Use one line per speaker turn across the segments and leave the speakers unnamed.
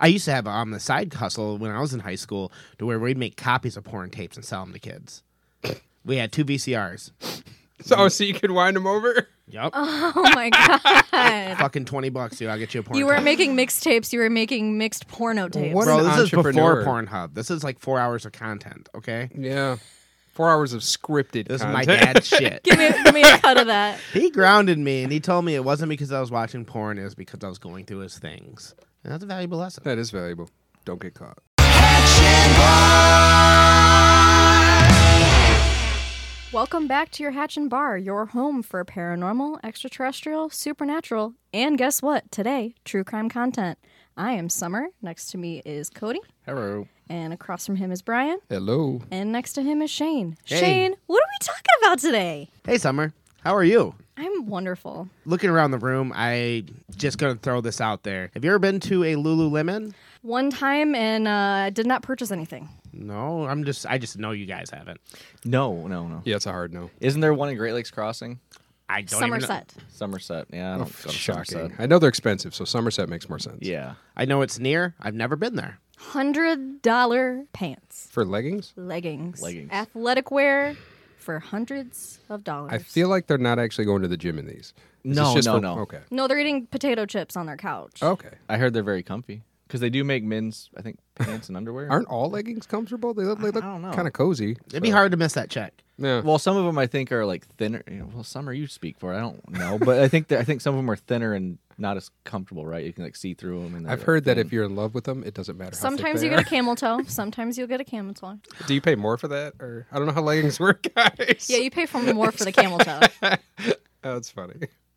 I used to have um the side hustle when I was in high school to where we'd make copies of porn tapes and sell them to kids. we had two VCRs.
So, oh, so you could wind them over?
Yep.
Oh my god!
Fucking twenty bucks, dude. I'll get you a porn.
you weren't
tape.
making mixtapes. You were making mixed porno tapes.
What
Bro,
an
this is before
entrepreneur.
Pornhub. This is like four hours of content. Okay,
Yeah. Four hours of scripted.
this
content.
is my dad's shit.
give me, give me a cut of that.
He grounded me and he told me it wasn't because I was watching porn, it was because I was going through his things. And that's a valuable lesson.
that is valuable. Don't get caught.
Welcome back to your Hatch and Bar, your home for paranormal, extraterrestrial, supernatural, and guess what? Today, true crime content. I am Summer. Next to me is Cody,
Hello.
and across from him is Brian,
Hello.
and next to him is Shane.
Hey.
Shane, what are we talking about today?
Hey, Summer, how are you?
I'm wonderful.
Looking around the room, I just gonna throw this out there. Have you ever been to a Lululemon?
One time, and uh, I did not purchase anything.
No, I'm just I just know you guys haven't.
No, no, no.
Yeah, it's a hard no.
Isn't there one in Great Lakes Crossing?
I don't even know-
Somerset.
Somerset. Yeah, I don't go to
Shocking.
Somerset.
I know they're expensive, so Somerset makes more sense.
Yeah.
I know it's near. I've never been there.
Hundred dollar pants,
For leggings?
leggings,
Leggings.
athletic wear for hundreds of dollars.
I feel like they're not actually going to the gym in these. This is
No,
just
no,
for-
no.
Okay.
no, they're eating potato chips on their couch.
Okay.
I heard they're very comfy because they do make men's, I think, pants and underwear.
Aren't all leggings comfortable? They look, they look
don't know.
kind of cozy.
It'd be hard to miss that check.
Yeah.
well, some of them I think are like thinner. you know, well, some are you speak for. I don't know, but I think that, I think some of them are thinner and not as comfortable. Right? You can like see through them. And they're,
I've
like,
heard that
thin.
if you're in love with them, it doesn't matter. how thick
Sometimes
they
you get a camel toe. Sometimes you'll get a camel toe.
are. Do you pay more for that, or I don't know how leggings work, guys?
Yeah, you pay for more for the camel toe.
Oh, that's funny.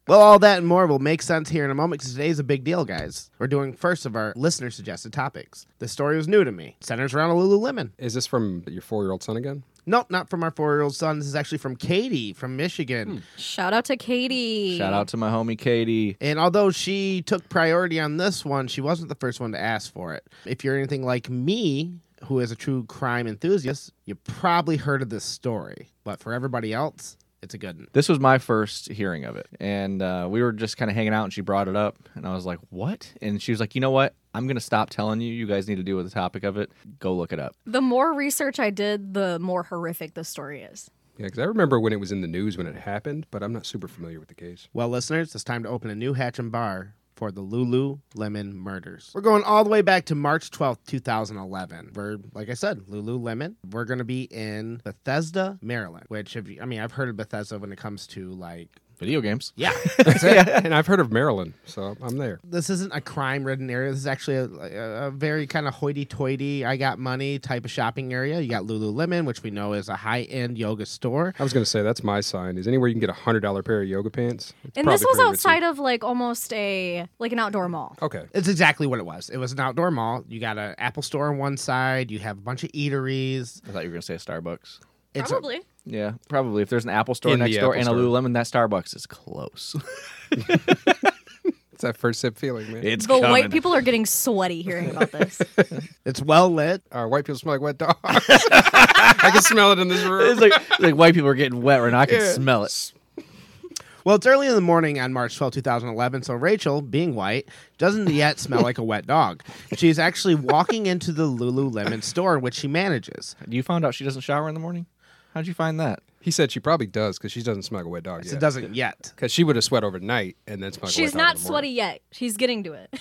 Well, all that and more will make sense here in a moment because today's a big deal, guys. We're doing first of our listener suggested topics. The story was new to me. Centers around a Lululemon.
Is this from your four-year-old son again?
Nope, not from our four year old son. This is actually from Katie from Michigan.
Shout out to Katie.
Shout out to my homie Katie.
And although she took priority on this one, she wasn't the first one to ask for it. If you're anything like me, who is a true crime enthusiast, you probably heard of this story. But for everybody else, it's a good one.
This was my first hearing of it, and uh, we were just kind of hanging out, and she brought it up, and I was like, "What?" And she was like, "You know what? I'm gonna stop telling you. You guys need to deal with the topic of it. Go look it up."
The more research I did, the more horrific the story is.
Yeah, because I remember when it was in the news when it happened, but I'm not super familiar with the case.
Well, listeners, it's time to open a new hatch and bar for the Lululemon murders. We're going all the way back to March 12th, 2011. We're, like I said, Lululemon. We're going to be in Bethesda, Maryland, which, if you, I mean, I've heard of Bethesda when it comes to like,
Video games.
yeah.
That's it. And I've heard of Maryland, so I'm there.
this isn't a crime ridden area. This is actually a, a, a very kind of hoity toity, I got money type of shopping area. You got Lululemon, which we know is a high end yoga store.
I was gonna say that's my sign. Is anywhere you can get a hundred dollar pair of yoga pants? It's
And this
probably
was
pretty Oh,
outside of like almost a like an outdoor mall.
ritzy. Okay.
It's exactly what it was. It was an outdoor mall. You got an Apple store on one side, you have a bunch of eateries.
I thought you were gonna say a Starbucks.
It's a-
Probably.
Yeah, probably. If there's an Apple store
In
next
the
door
Apple
and
store.
a Lululemon, that Starbucks is close.
It's that first sip feeling, man.
it's
the white people are getting sweaty hearing about this.
it's well lit.
Our Uh, white people smell like wet dogs. I can smell it in this room.
It's like, it's like white people are getting wet right now. I can
Yeah.
smell it.
Well, it's early in the morning on March 12, 2011, so Rachel, being white, doesn't yet smell like a wet dog. She's actually walking into the Lululemon store, which she manages.
You found out she doesn't shower in the morning. How'd you find that?
He said she probably does because she doesn't smell like a wet dog.
So it doesn't yet.
Because she would have sweat overnight and then smell like a wet dog
She's
in
not
the morning.
sweaty yet. She's getting to it.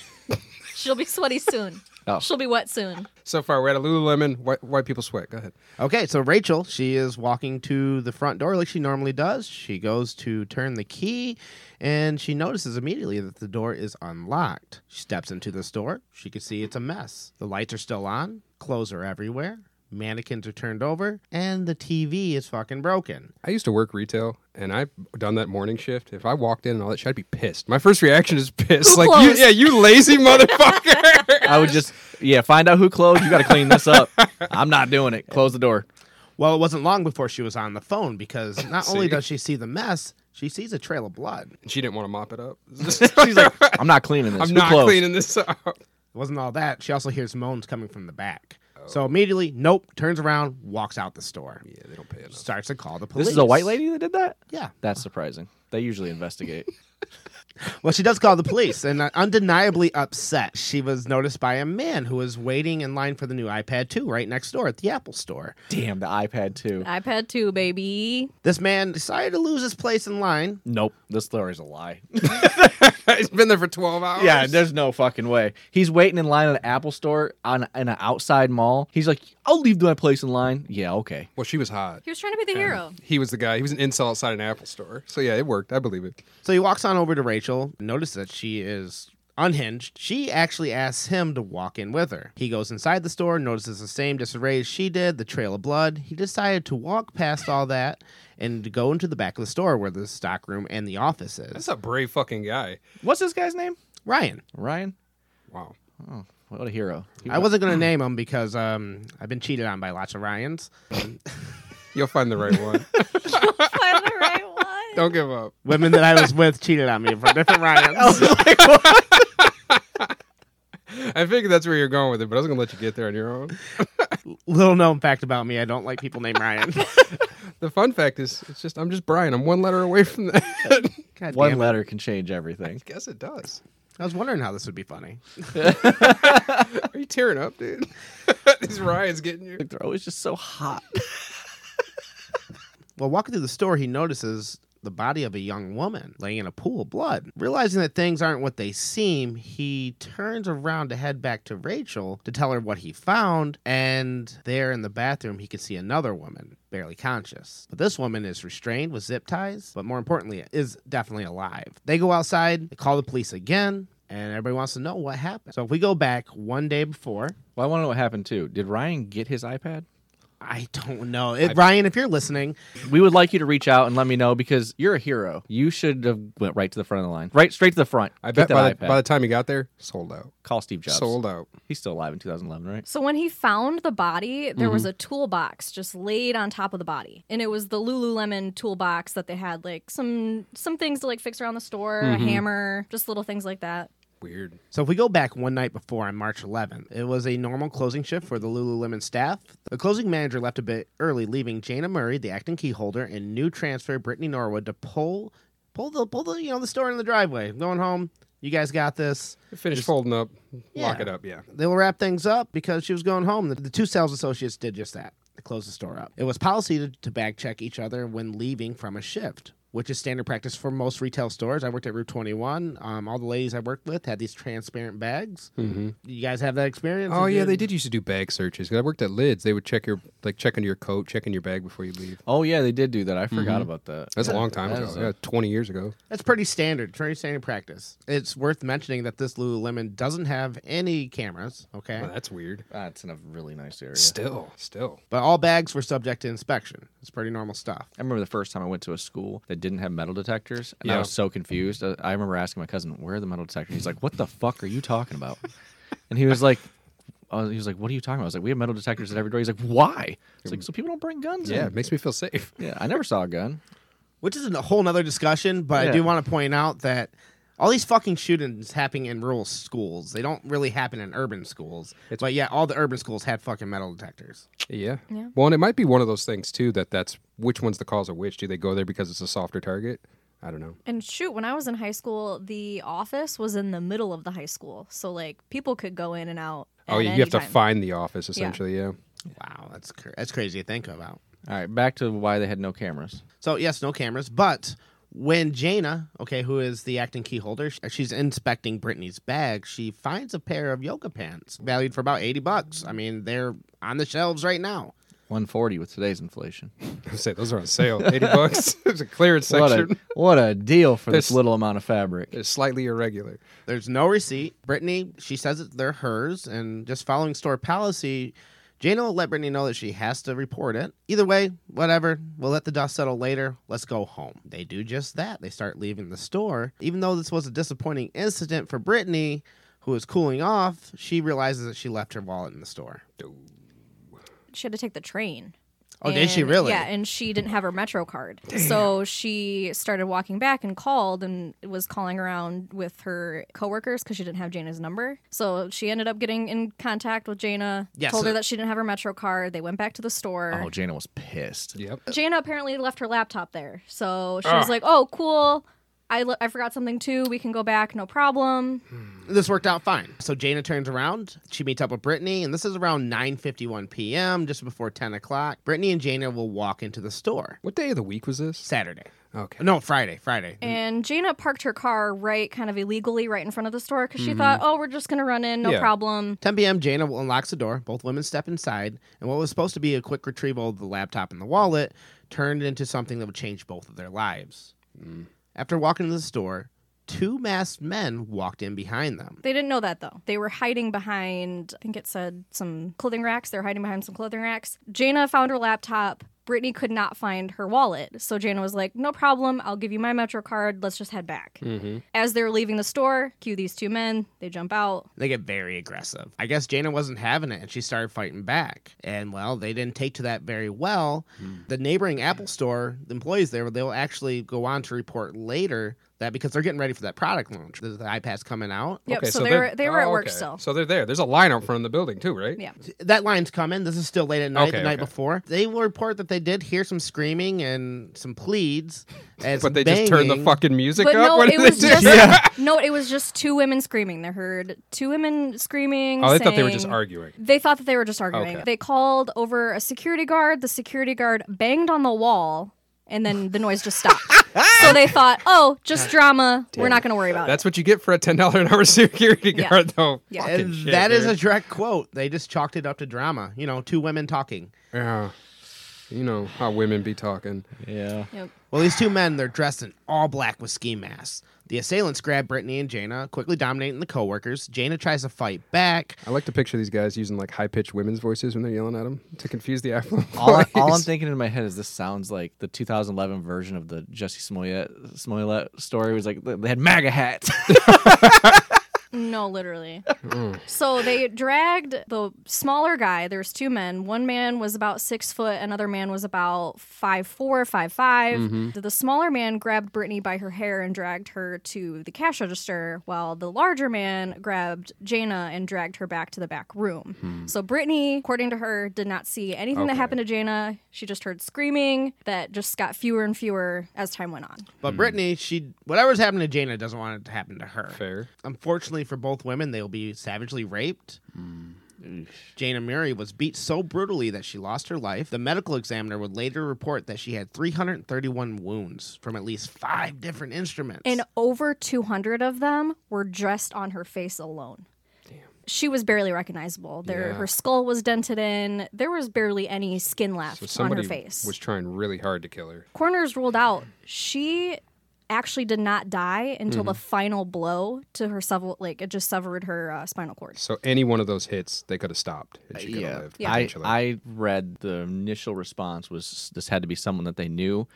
She'll be sweaty soon.
Oh.
She'll be wet soon.
So far, we're at a Lululemon. White, white people sweat. Go ahead.
Okay, so Rachel, she is walking to the front door like she normally does. She goes to turn the key and she notices immediately that the door is unlocked. She steps into the store. She can see it's a mess. The lights are still on, clothes are everywhere, mannequins are turned over, and the TV is fucking broken.
I used to work retail, and I've done that morning shift. If I walked in and all that shit, I'd be pissed. My first reaction is pissed.
Who
like,
closed?
You, yeah, you lazy motherfucker.
I would just, yeah, find out who closed. You got to clean this up. I'm not doing it. Close the door.
Well, it wasn't long before she was on the phone because not only
See?
does she see the mess, she sees a trail of blood.
And she didn't want to mop it up.
She's like, I'm not cleaning this.
I'm
Who
not
closed?
cleaning this up.
It wasn't all that. She also hears moans coming from the back. So immediately, nope, turns around, walks out the store.
Oh. Yeah, they don't pay enough.
starts to call the police.
This is a white lady that did that?
Yeah.
That's surprising. They usually investigate.
Well, she does call the police and uh, undeniably upset. She was noticed by a man who was waiting in line for the new iPad 2 right next door at the Apple store.
Damn, the iPad too.
iPad 2, baby.
This man decided to lose his place in line.
Nope, this story's a lie.
He's been there for 12 hours.
Yeah, there's no fucking way. He's waiting in line at an Apple store on in an outside mall. He's like, I'll leave my place in line. Yeah, okay.
Well, she was hot.
He was trying to be the hero.
He was the guy. He was an insult outside an Apple store. So yeah, it worked. I believe it.
So he walks on over to Rachel, notices that she is unhinged. She actually asks him to walk in with her. He goes inside the store, notices the same disarray as she did, the trail of blood. He decided to walk past all that and to go into the back of the store where the stock room and the office
That's
is.
a brave fucking guy.
What's this guy's name?
Ryan.
Ryan.
Wow.
Oh, what a hero. He
I wasn't going to name him because um, I've been cheated on by lots of Ryans.
You'll find the right one.
Find the right one.
Don't give up.
Women that I was with cheated on me for different Ryans.
I figured that's where you're going with it, but I was gonna let you get there on your own.
Little known fact about me, I don't like people named Ryan.
The fun fact is, it's just I'm just Brian. I'm one letter away from that.
God
One
damn it.
letter can change everything.
Guess it does.
I was wondering how this would be funny.
Are you tearing up, dude? These Ryan's getting you.
They're always just so hot.
While walking through the store, he notices the body of a young woman laying in a pool of blood. Realizing that things aren't what they seem, he turns around to head back to Rachel to tell her what he found. And there in the bathroom, he can see another woman, barely conscious. But this woman is restrained with zip ties, but more importantly, is definitely alive. They go outside, they call the police again. And everybody wants to know what happened. So if we go back one day before,
Well, I want to know what happened too. Did Ryan get his iPad?
I don't know. If, Ryan, if you're listening,
We would like you to reach out and let me know because you're a hero. You should have went right to the front of the line, right straight to the front.
I bet
Get that
by the,
iPad.
by the time he got there, sold out.
Call Steve Jobs.
Sold out.
He's still alive in 2011, right?
So when he found the body, there
Mm-hmm.
was a toolbox just laid on top of the body, and it was the Lululemon toolbox that they had, like some some things to like fix around the store,
Mm-hmm.
a hammer, just little things like that.
Weird.
So if we go back one night before on March 11th, it was a normal closing shift for the Lululemon staff. The closing manager left a bit early, leaving Jana Murray, the acting key holder, and new transfer Brittany Norwood to pull, pull the, pull the, you know, the store in the driveway. I'm going home. You guys got this.
Finish folding up. Lock
Yeah.
it up. Yeah.
They will wrap things up because she was going home. The, the two sales associates did just that. They closed the store up. It was policy to, to bag check each other when leaving from a shift, which is standard practice for most retail stores. I worked at Route 21. Um, all the ladies I worked with had these transparent bags. Mm-hmm. You guys have that experience?
Oh
Did
yeah,
you-
they did used to do bag searches. 'Cause I worked at Lids. They would check your like check into your coat, check in your bag before you leave.
Oh yeah, they did do that. I forgot about that.
Mm-hmm. That's a long time
that
ago.
is a-
Yeah, twenty years ago.
That's pretty standard, pretty standard practice. It's worth mentioning that this Lululemon doesn't have any cameras, okay?
Well, that's weird.
That's in a really nice area.
Still, still.
But all bags were subject to inspection. It's pretty normal stuff.
I remember the first time I went to a school that didn't have metal detectors, and I
Yeah.
was so confused. Uh, I remember asking my cousin, "Where are the metal detectors?" He's like, "What the fuck are you talking about?" And he was like, uh, "He was like, what are you talking about?" I was like, "We have metal detectors at every door." He's like, "Why?" It's like, "So people don't bring guns."
Yeah, it
in."
makes me feel safe.
yeah. I never saw a gun.
which is a whole nother discussion but
Yeah.
i do want to point out that all these fucking shootings happening in rural schools they don't really happen in urban schools but yeah all the urban schools had fucking metal detectors
Yeah.
Yeah.
Well, and it might be one of those things too that that's which one's the cause of which. Do they go there because it's a softer target? I don't know.
And shoot, when I was in high school, the office was in the middle of the high school, so like people could go in and out.
Oh,
at
yeah,
any
you have to
time.
find the office essentially. Yeah.
wow that's cr- that's crazy to think about
All right, back to why they had no cameras.
so yes no cameras but when jana okay who is the acting key holder sh- she's inspecting brittany's bag she finds a pair of yoga pants valued for about 80 bucks i mean they're on the shelves right now
140 with today's inflation.
I say those are on sale. Eighty bucks. There's a clearance
What
section.
a, what a deal for this
There's-
little amount of fabric.
It's slightly irregular.
There's no receipt. Brittany, she says that they're hers, and just following store policy, Jana will let Brittany know that she has to report it. Either way, whatever. We'll let the dust settle later. Let's go home. They do just that. They start leaving the store. Even though this was a disappointing incident for Brittany, who is cooling off, she realizes that she left her wallet in the store.
She had to take the train.
Oh, did she
And-
really?
Yeah, and she didn't have her Metro card. So she started walking back and called and was calling around with her coworkers because she didn't have Jana's number. So she ended up getting in contact with Jana,
Yes,
told
uh,
her that she didn't have her Metro card. They went back to the store.
Oh, Jana was pissed.
Yep.
Jana apparently left her laptop there. So she was like, oh, cool. I, le- I forgot something too. We can go back, no problem.
Mm-hmm. this worked out fine. So Jaina turns around. She meets up with Brittany, and this is around 9:51 p.m., just before 10 o'clock. Brittany and Jaina will walk into the store
What day of the week was this?
Saturday.
Okay.
No, Friday. Friday.
And Jaina parked her car right, kind of illegally, right in front of the store because
Mm-hmm.
she thought, oh, we're just gonna run in, no
Yeah.
problem.
10 p.m. Jaina will unlocks the door. Both women step inside, and what was supposed to be a quick retrieval of the laptop and the wallet turned into something that would change both of their lives. After walking into the store, two masked men walked in behind them.
They didn't know that though. They were hiding behind, I think it said some clothing racks. they were hiding behind some clothing racks. Jaina found her laptop. Brittany could not find her wallet. So Jaina was like, no problem. I'll give you my Metro card. Let's just head back.
Hmm.
Mm-hmm.
As they're leaving the store, cue these two men. They jump out.
They get very aggressive. I guess Jaina wasn't having it, and she started fighting back. And well, they didn't take to that very well. The neighboring Apple store, the employees there, they'll actually go on to report later that because they're getting ready for that product launch, the the iPad's coming out.
Yep.
Okay,
so,
so
they
they're-
were they were
oh,
at work
okay.
still.
So they're there. There's a line out front of the building too, right?
Yeah.
that line's coming. This is still late at night,
Okay,
the night
okay.
before. They will report that they did hear some screaming and some pleads. As
But they just turned the
banging.
fucking music
But
up.
no,
what
it
did they
was
do?
just
Yeah.
no, it was just two women screaming. They heard two women screaming.
Oh, they thought they were just
saying-
arguing.
They thought that they were just arguing.
Okay.
They called over a security guard. The security guard banged on the wall, and then the noise just stopped. so they thought, oh, just drama. We're not going to worry about
That's what you get for a ten dollar an hour security
Yeah.
guard, though.
Yeah.
Fucking
And
shit,
that is
dude.
a direct quote. They just chalked it up to drama. You know, two women talking.
Yeah. You know how women be talking.
Yeah.
it. Yep.
Well, these two men, they're dressed in all black with ski masks. The assailants grab Brittany and Jaina, quickly dominating the coworkers. Jaina tries to fight back.
I like to picture these guys using like high pitched women's voices when they're yelling at them to confuse the Apple.
All, I, all I'm
employees.
thinking in my head is this sounds like the 2011 version of the Jesse Smollett Smollett story. Was like they had MAGA hats.
No, literally. so they dragged the smaller guy. There was two men. One man was about six foot. Another man was about five four, five five. The smaller man grabbed Brittany by her hair and dragged her to the cash register, while the larger man grabbed Jaina and dragged her back to the back room. So Brittany, according to her, did not see anything that
Okay.
happened to Jaina. She just heard screaming that just got fewer and fewer as time went on.
But Brittany, she whatever's happened to Jaina doesn't want it to happen to her.
Fair.
Unfortunately for both women, they will be savagely raped. Jana Murray was beat so brutally that she lost her life. The medical examiner would later report that she had 331 wounds from at least five different instruments.
and over 200 of them were just on her face alone. She was barely recognizable. There,
Yeah.
her skull was dented in. There was barely any skin
So
left on her
somebody
face.
was trying really hard to kill her.
Coroners ruled out she actually did not die until the final blow to her several, like it just severed her uh, spinal cord.
So any one of those hits, they could have stopped, and she could have
yeah.
lived.
I,
potentially.
I read the initial response was this had to be someone that they knew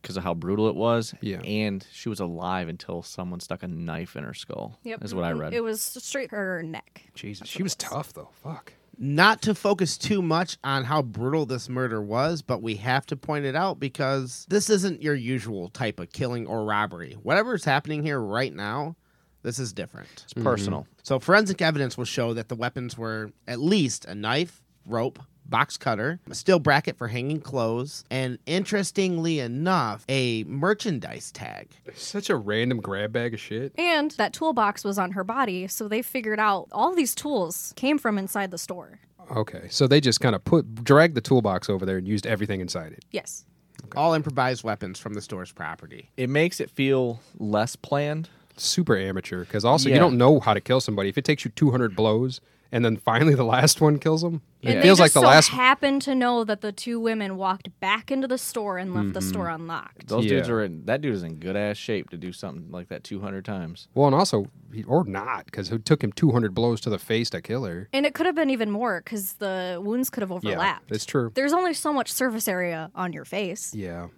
because of how brutal it was.
Yeah.
And she was alive until someone stuck a knife in her skull.
Yep,
Is what I
Mm,
read.
It was straight her neck.
Jesus, she was tough though. Fuck.
Not to focus too much on how brutal this murder was, but we have to point it out because this isn't your usual type of killing or robbery. Whatever's happening here right now, this is different.
it's personal.
So forensic evidence will show that the weapons were at least a knife, rope, box cutter, a steel bracket for hanging clothes, and interestingly enough, a merchandise tag.
Such a random grab bag of shit.
And that toolbox was on her body, so they figured out all these tools came from inside the store.
Okay, so they just kind of put dragged the toolbox over there and used everything inside it.
Yes.
All improvised weapons from the store's property.
It makes it feel less planned.
Super amateur, because also you
Yeah.
don't know how to kill somebody. If it takes you 200 blows and then finally the last one kills them,
And
it
they
feels
just
like the
so
last.
happened to know that the two women walked back into the store and left the
Mm-hmm.
store unlocked.
Those dudes
Yeah.
are in that dude is in good ass shape to do something like that 200 times.
well, and also he- or not, because it took him 200 blows to the face to kill her.
And it could have been even more because the wounds could have overlapped.
it's true.
There's only so much surface area on your face.
Yeah,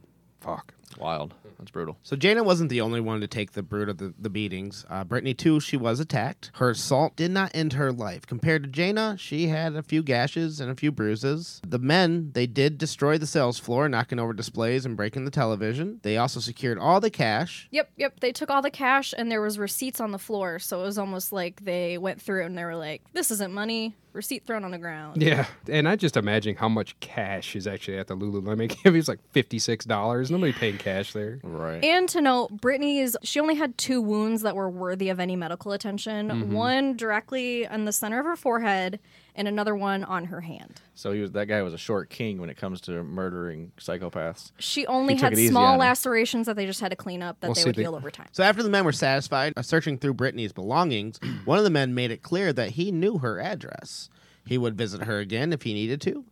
fuck.
Wild. That's brutal.
So Jana wasn't the only one to take the brunt of the, the beatings. Uh, Brittany, too, she was attacked. Her assault did not end her life. Compared to Jana, she had a few gashes and a few bruises. The men, they did destroy the sales floor, knocking over displays and breaking the television. They also secured all the cash.
Yep, yep. They took all the cash and there was receipts on the floor, so it was almost like they went through and they were like, "This isn't money. Receipt thrown on the ground."
Yeah, and I just imagine how much cash is actually at the Lululemon. It was like fifty six dollars. Nobody paying getting cash there.
Right.
And to note, Brittany is she only had two wounds that were worthy of any medical attention.
Mm-hmm.
One directly on the center of her forehead, and another one on her hand.
So he was that guy was a short king when it comes to murdering psychopaths.
She only
He took
had
it easy on
small
her.
lacerations that they just had to clean up that
Well,
they
see,
would
the-
heal over time.
So after the men were satisfied, uh, searching through Brittany's belongings, one of the men made it clear that he knew her address. He would visit her again if he needed to,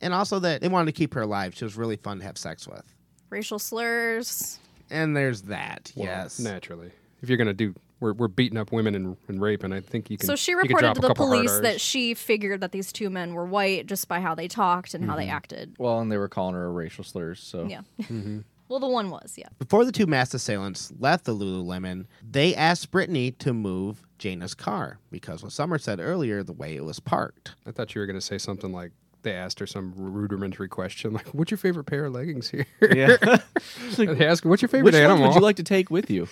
and also that they wanted to keep her alive. She was really fun to have sex with.
Racial slurs.
And there's that.
Well,
yes.
Naturally. If you're going to do, we're, we're beating up women and, and rape, and I think you can.
So she
you can
reported
drop
to
a
the
couple hard
police
Rs.
that she figured that these two men were white just by how they talked and how
Mm-hmm.
they acted.
Well, and they were calling her racial slurs.
Oh.
So
Yeah.
Mm-hmm.
well, the one was, yeah.
Before the two masked assailants left the Lululemon, they asked Brittany to move Jana's car because what Summer said earlier, the way it was parked.
I thought you were going to say something like they asked her some rudimentary question, like, what's your favorite pair of leggings here?
yeah.
And they ask, what's your favorite
Which ones
animal?
would you like to take with you?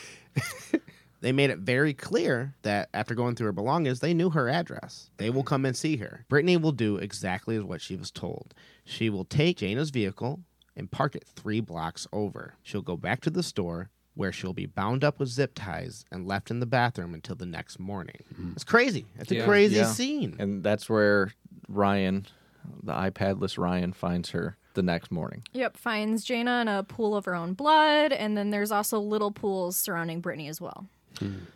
They made it very clear that after going through her belongings, they knew her address. They will come and see her. Brittany will do exactly as what she was told. She will take Jana's vehicle and park it three blocks over. She'll go back to the store where she'll be bound up with zip ties and left in the bathroom until the next morning. It's crazy. It's a
Yeah.
crazy
Yeah.
scene.
And that's where Ryan, the iPadless Ryan, finds her the next morning.
Yep, finds Jaina in a pool of her own blood, and then there's also little pools surrounding Brittany as well.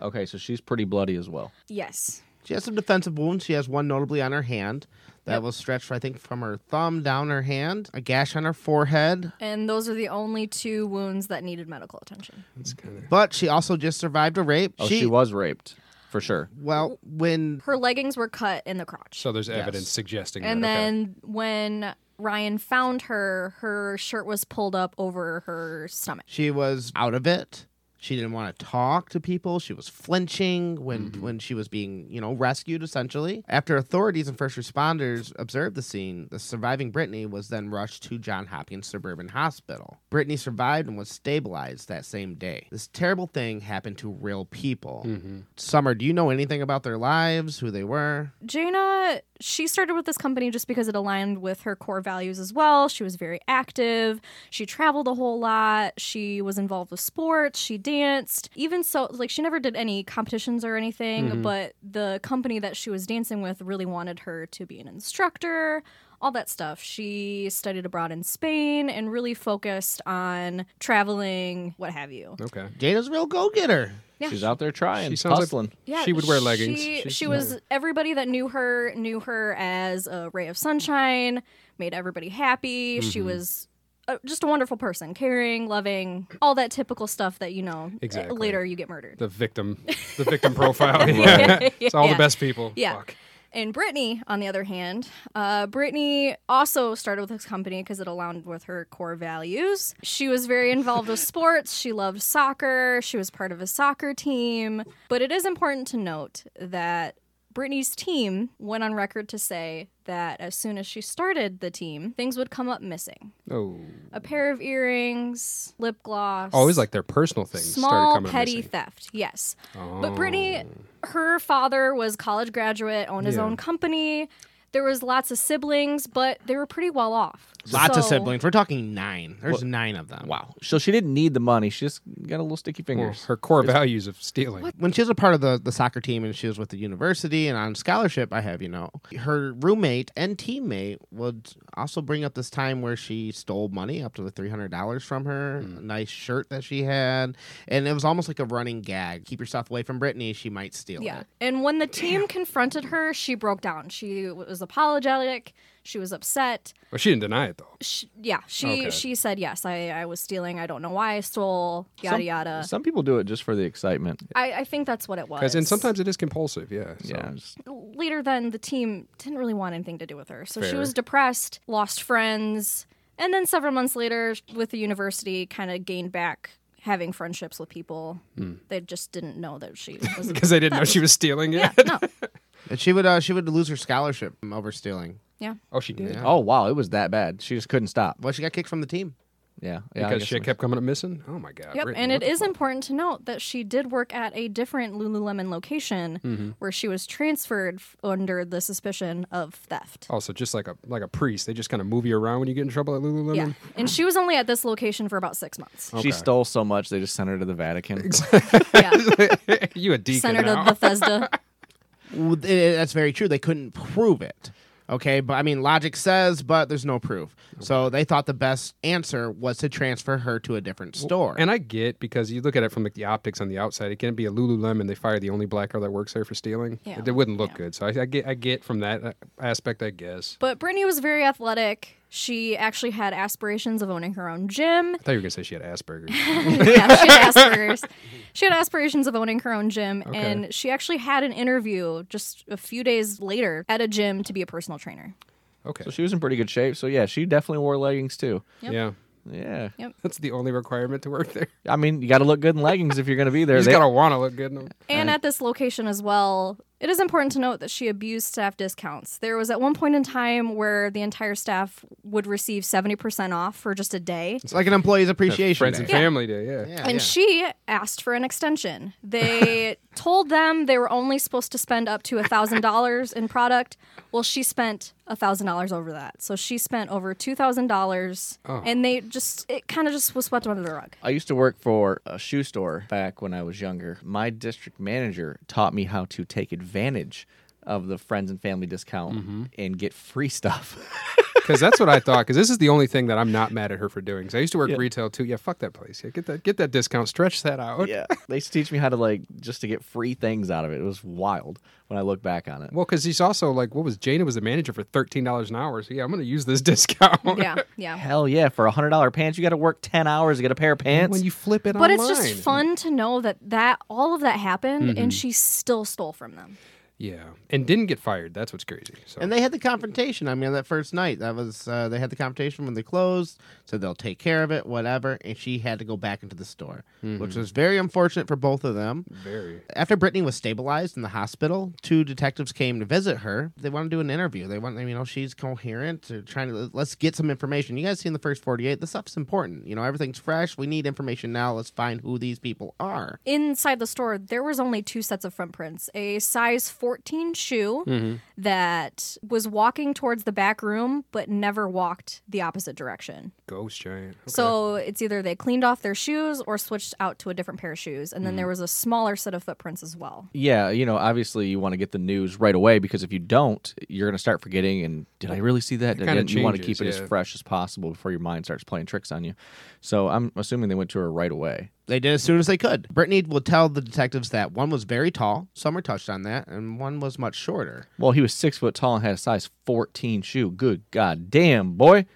Okay, so she's pretty bloody as well.
Yes.
She has some defensive wounds. She has one notably on her hand that was stretched, I think, from her thumb down her hand, a gash on her forehead.
And those are the only two wounds that needed medical attention.
It's kinda-
But she also just survived a rape.
Oh, she, was raped for sure.
Well, when
Her leggings were cut in the crotch.
So there's evidence suggesting
and
that. okay.
then when Ryan found her, her shirt was pulled up over her stomach.
she was out of it, she didn't want to talk to people. She was flinching when when she was being, you know, rescued essentially. After authorities and first responders observed the scene, the surviving Brittany was then rushed to John Hopkins Suburban Hospital. Brittany survived and was stabilized that same day. This terrible thing happened to real people. Summer, do you know anything about their lives, who they were?
Jaina, she started with this company just because it aligned with her core values as well. She was very active. She traveled a whole lot. She was involved with sports. She danced. Even so, like, she never did any competitions or anything, but the company that she was dancing with really wanted her to be an instructor, all that stuff. She studied abroad in Spain and really focused on traveling, what have you.
Okay.
Jada's a real go getter.
Yeah.
She's out there trying,
She sounds like-
hustling.
She would wear leggings.
She,
She's-
she was everybody that knew her knew her as a ray of sunshine, made everybody happy. She
Mm-hmm.
was uh just a wonderful person, caring, loving, all that typical stuff that you know.
Exactly.
Later, you get murdered.
The victim, the victim profile.
Yeah,
It's all
yeah.
the best people.
Yeah.
Fuck.
And Brittany, on the other hand, uh, Brittany also started with this company because it aligned with her core values. She was very involved with sports. She loved soccer. She was part of a soccer team. But it is important to note that Brittany's team went on record to say that as soon as she started the team, things would come up missing
Oh.
a pair of earrings, lip gloss.
Always like their personal things started
Small
coming
petty
missing.
theft, yes.
oh.
But Brittany, her father was college graduate, owned his
Yeah.
own company. There was lots of siblings, but they were pretty well off.
Lots of
So-
siblings. We're talking nine. There's nine of them.
Wow. So she didn't need the money. She just got a little sticky
Well,
fingers.
her core values of stealing.
when she was a part of the, the soccer team and she was with the university and on scholarship, I have you know, her roommate and teammate would also bring up this time where she stole money up to the three hundred dollars from her, a nice shirt that she had, and it was almost like a running gag: keep yourself away from Brittany, she might steal
Yeah.
it.
And when the team confronted her, she broke down. She was apologetic. She was upset.
Well, she didn't deny it though.
She, yeah, she
Okay.
she said yes. I, I was stealing. I don't know why I stole. Yada
Some-
yada.
Some people do it just for the excitement.
I, I think that's what it was.
Because and sometimes it is compulsive. Yeah. So.
Yeah. just-
later then the team didn't really want anything to do with her so she
Fair.
was depressed lost friends and then several months later with the university kind of gained back having friendships with people they just didn't know that she was
Because they didn't know she was stealing it.
yeah no
And she would uh, she would lose her scholarship from over stealing.
yeah
Oh, she did.
Yeah.
Oh wow, it was that bad. She just couldn't stop.
Well, she got kicked from the team.
Yeah, yeah. I
because
guess
shit
it
kept coming up missing. Oh my god.
Yep,
Brittany,
and
what
it
the
is
fuck?
important to note that she did work at a different Lululemon location where she was transferred f- under the suspicion of theft.
Also, just like a like a priest, they just kind of move you around when you get in trouble at Lululemon.
Yeah, and she was only at this location for about six months.
was- She stole so much they just sent her to the Vatican.
Yeah,
you a deacon
sent her to
now.
Bethesda.
Well, th- eh, that's very true. They couldn't prove it. Okay, but I mean, logic says, but there's no proof. So they thought the best answer was to transfer her to a different store.
And I get because you look at it from like the optics on the outside. It can't be a Lululemon. They fire the only black girl that works there for stealing.
Yeah.
It, it wouldn't look
Yeah.
good. So I, I get I get from that uh, aspect, I guess.
But Brittany was very athletic. She actually had aspirations of owning her own gym.
I thought you were gonna say she had Asperger's.
yeah, she had Asperger's. She had aspirations of owning her own gym,
Okay.
and she actually had an interview just a few days later at a gym to be a personal trainer.
Okay.
so she was in pretty good shape. So yeah, she definitely wore leggings too.
Yep.
Yeah.
Yeah.
Yep.
That's the only requirement to work there.
I mean, you got to look good in leggings if you're going to be there.
You just
They-
gotta want to look good in them.
And at this location as well, it is important to note that she abused staff discounts. There was at one point in time where the entire staff would receive 70% off for just a day.
it's like an employee's appreciation.
Friends and
day.
family day. Yeah.
Yeah,
And
yeah.
she asked for an extension. They told them they were only supposed to spend up to $1,000 in product. Well, she spent $1,000 over that. So she spent over $2,000.
Oh.
And they just, it kind of just was swept under the rug.
I used to work for a shoe store back when I was younger. My district manager taught me how to take advantage of the friends and family discount
Mm-hmm.
and get free stuff.
Because that's what I thought. Because this is the only thing that I'm not mad at her for doing. 'Cause I used to work retail too. Yeah, fuck that place. Yeah, get that get that discount. Stretch that out.
yeah. They used to teach me how to like just to get free things out of it. It was wild when I look back on it.
Well, because he's also like, what was Jana was the manager for thirteen dollars an hour. So yeah, I'm gonna use this discount.
Yeah, yeah.
Hell yeah, for a hundred dollar pants, you got to work ten hours to get a pair of pants.
when you flip it
But
online.
it's just fun to know that that all of that happened
Mm-hmm.
and she still stole from them.
Yeah, and didn't get fired. That's what's crazy. So
And they had the confrontation. I mean, that first night, that was uh, they had the confrontation when they closed. Said they'll take care of it, whatever. And she had to go back into the store, which was very unfortunate for both of them.
Mm-hmm. very.
After Brittany was stabilized in the hospital, two detectives came to visit her. They want to do an interview. They want, you know, she's coherent. They're trying to let's get some information. You guys seen the first forty-eight? This stuff's important. You know, everything's fresh. We need information now. Let's find who these people are.
inside the store there was only two sets of front prints a size 14 shoe that was walking towards the back room but never walked the opposite direction
Ghost giant. Okay.
so it's either they cleaned off their shoes or switched out to a different pair of shoes and then there was a smaller set of footprints as well
yeah, you know, obviously you want to get the news right away because if you don't, you're going to start forgetting. And did I really see that?
kinda
And you want to
changes,
keep it as
yeah.
fresh as possible before your mind starts playing tricks on you. So I'm assuming they went to her right away.
They did as soon as they could. Brittany will tell the detectives that one was very tall. Summer touched on that, and one was much shorter.
Well, he was six foot tall and had a size 14 shoe. Good god damn, boy.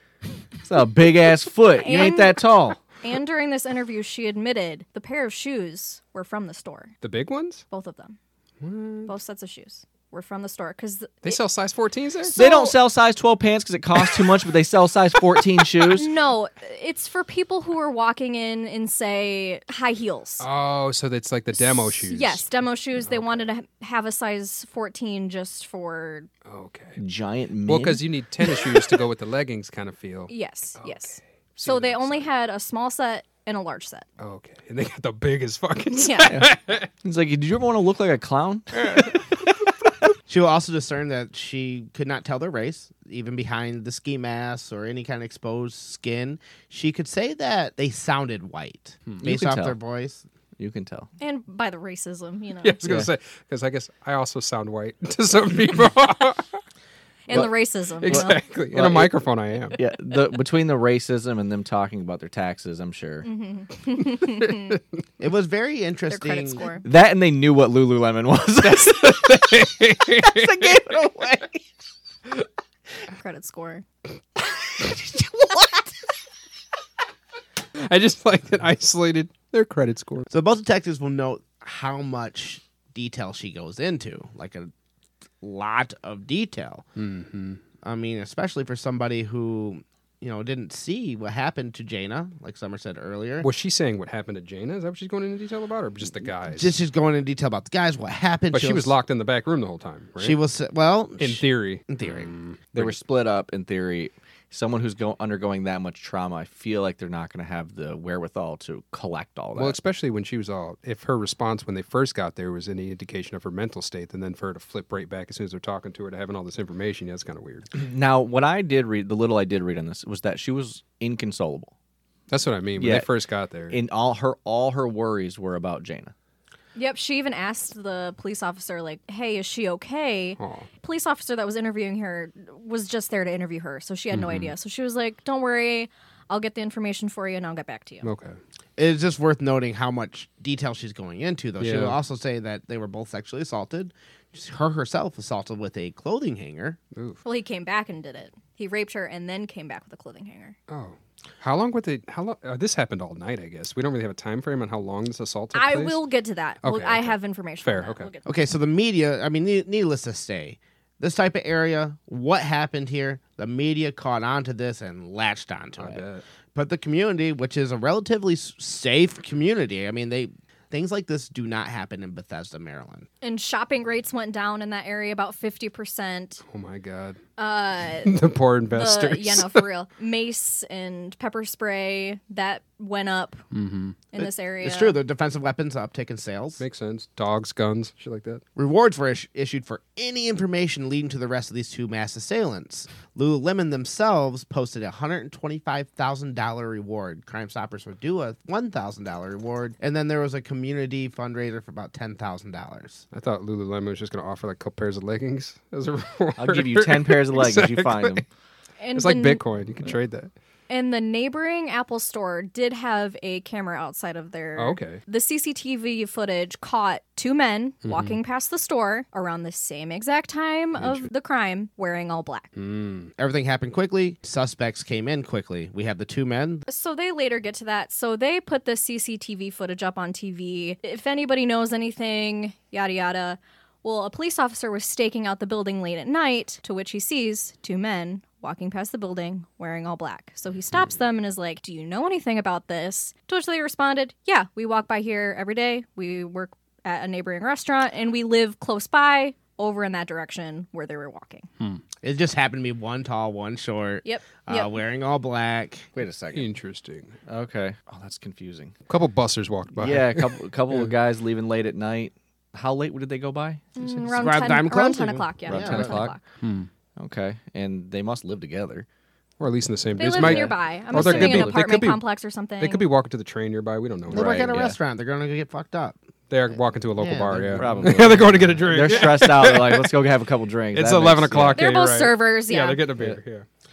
It's a big ass foot. You ain't
And-
that tall.
and during this interview she admitted the pair of shoes were from the store
the big ones.
both of them both sets of shoes were from the store because
They sell size 14s there.
they don't sell size 12 pants because it costs too much, but they sell size 14 shoes.
no it's for people who are walking in in say high heels
Oh, so that's like the demo shoes.
Yes, demo shoes. They wanted to ha- have a size 14 just for
Okay.
Giant men.
Well, because you need tennis shoes to go with the leggings kind of feel.
yes, yes. So they only had a small set and a large set.
Oh, Okay. And they got the biggest fucking.
Yeah.
it's like, did you ever want to look like a clown?
She will also discern that she could not tell their race, even behind the ski masks or any kind of exposed skin. She could say that they sounded white based
can
off
tell.
their voice.
You can tell.
and by the racism, you know.
Yeah, I was gonna
Yeah.
say because I guess I also sound white to some people.
And the racism. you know.
exactly. In
Well,
a
it-
microphone, I am.
Yeah, the, between the racism and them talking about their taxes, I'm sure.
Mm-hmm.
It was very
Their credit
interesting.
score.
That and they knew what Lululemon was.
Credit score.
I just like that isolated their credit score.
So both detectives will note how much detail she goes into, like a lot of detail. Mm-hmm. I mean, especially for somebody who, you know, didn't see what happened to Jaina, like Summer said earlier.
Was she saying what happened to Jaina? Is that what she's going into detail about, or just the guys?
Just she's going into detail about the guys, what happened.
but she
She'll-
was locked in the back room the whole time. Right?
She was well
in
she-
theory.
in theory.
They were split up in theory. someone who's go- undergoing that much trauma, I feel like they're not going to have the wherewithal to collect all that.
Well, especially when she was all, if her response when they first got there was any indication of her mental state, and then for her to flip right back as soon as they're talking to her to having all this information, yeah, that's kind of weird.
now, what I did read, the little I did read on this, was that she was inconsolable.
That's what I mean. When
Yeah.
they first got there,
In all her, all her worries were about Jaina.
Yep, she even asked the police officer, like, hey, is she okay?
Aw.
Police officer that was interviewing her was just there to interview her, so she had no idea. So she was like, don't worry, I'll get the information for you and I'll get back to you.
okay,
It's just worth noting how much detail she's going into, though. She
Yeah.
will also say that they were both sexually assaulted. Her herself assaulted with a clothing hanger.
oof,
Well, he came back and did it. He raped her and then came back with a clothing hanger.
oh, how long would they? How long? Uh, this happened all night, I guess. We don't really have a time frame on how long this assault took
I
place.
will get to that. Well,
Okay,
I
okay.
have information. on
Fair,
that.
okay.
We'll get to
Okay, so the media, I mean, ne- needless to say, this type of area, what happened here, the media caught on to this and latched onto
I
it.
bet.
But the community, which is a relatively s- safe community, I mean, they things like this do not happen in Bethesda, Maryland.
And shopping rates went down in that area about 50%.
Oh my god,
Uh,
the poor
the,
investors.
yeah, no, for real. Mace and pepper spray, that went up
Mm-hmm.
in this area.
It's true, the defensive weapons uptick in sales.
Makes sense. Dogs, guns, shit like that.
Rewards were is- issued for any information leading to the rest of these two mass assailants. Lululemon themselves posted a $125,000 reward. Crime Stoppers would do a $1,000 reward. And then there was a community fundraiser for about $10,000.
I thought Lululemon was just going to offer like a couple pairs of leggings as a reward.
I'll give you ten pairs of legs if you
Exactly.
find them.
And
It's like
the-
Bitcoin. You can trade that.
And the neighboring Apple store did have a camera outside of their.
Oh, okay.
The CCTV footage caught two men
Mm-hmm.
walking past the store around the same exact time of the crime wearing all black.
Everything happened quickly. Suspects came in quickly. We have the two men.
So they later get to that. So they put the CCTV footage up on TV. If anybody knows anything, yada yada. Well, a police officer was staking out the building late at night, to which he sees two men walking past the building wearing all black. So he stops them and is like, Do you know anything about this? To which they responded, Yeah, we walk by here every day. We work at a neighboring restaurant and we live close by over in that direction where they were walking.
It just happened to be one tall, one short.
Yep.
Uh,
Yep.
Wearing all black.
Wait a second.
Interesting.
Okay. Oh, that's confusing.
A couple busters walked by.
Yeah, a couple, a couple of guys leaving late at night. How late did they go by?
Mm, around,
Around
10,
Diamond
around
Club?
10 o'clock. Yeah.
Around 10 o'clock.
o'clock.
Okay, and they must live together.
Or at least in the same
They
it's
live
my-
nearby. I'm
Or they
assuming
could be-
an
they
apartment
could be-
complex or something.
They could be walking to the train nearby. We don't know.
They
Right.
work at a
yeah.
restaurant. They're going to get fucked up.
They're walking to a local
Yeah,
bar.
they're
Yeah.
probably-
yeah, they're going to get a drink.
They're
Yeah.
stressed out. They're like, let's go have a couple drinks.
It's
That
11
makes-
o'clock.
They're
yeah, you're
both
right.
servers,
Yeah,
yeah.
they're getting a beer. Yeah.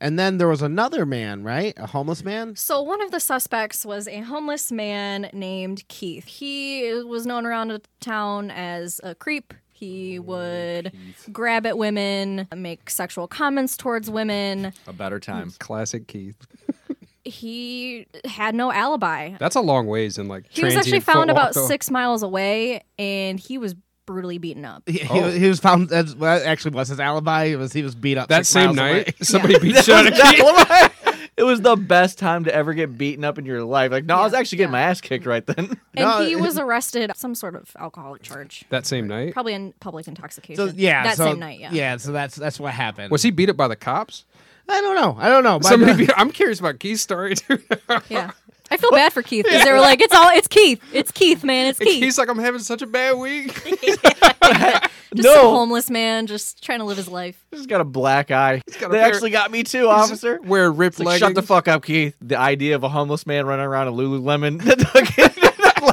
And then there was another man, right? A homeless man?
So one of the suspects was a homeless man named Keith. He was known around the town as a creep. He would grab at women, make sexual comments towards women.
A better time.
Classic Keith.
He had no alibi.
That's a long ways in like.
He was actually
transient
found
foot walk,
about
though.
six miles away, and he was brutally beaten up.
He,
Oh.
he, he was found. That's, well, that actually was his alibi. It was he was beat up
That
six
same
miles away.
night, somebody beat the shit out of Keith.
it was the best time to ever get beaten up in your life. Like, no, I was
Yeah,
actually getting my ass kicked right then.
And
No,
he
it-
was arrested some sort of alcoholic charge.
That same night.
Probably in public intoxication.
So yeah,
that
so-
same night, yeah.
so that's that's what happened.
Was he beat up by the cops?
Oh
I don't know. I don't know. But
Somebody beat, I'm curious about Keith's story too.
Yeah. I feel bad for Keith because they were like, it's all, it's Keith. It's Keith, man. It's Keith.
He's like, I'm having such a bad week.
just
No.
a homeless man just trying to live his life.
He's got a black eye.
got a
they
pair-
actually got me too, officer.
Wear ripped
It's like,
leggings.
shut the fuck up, Keith. The idea of a homeless man running around in Lululemon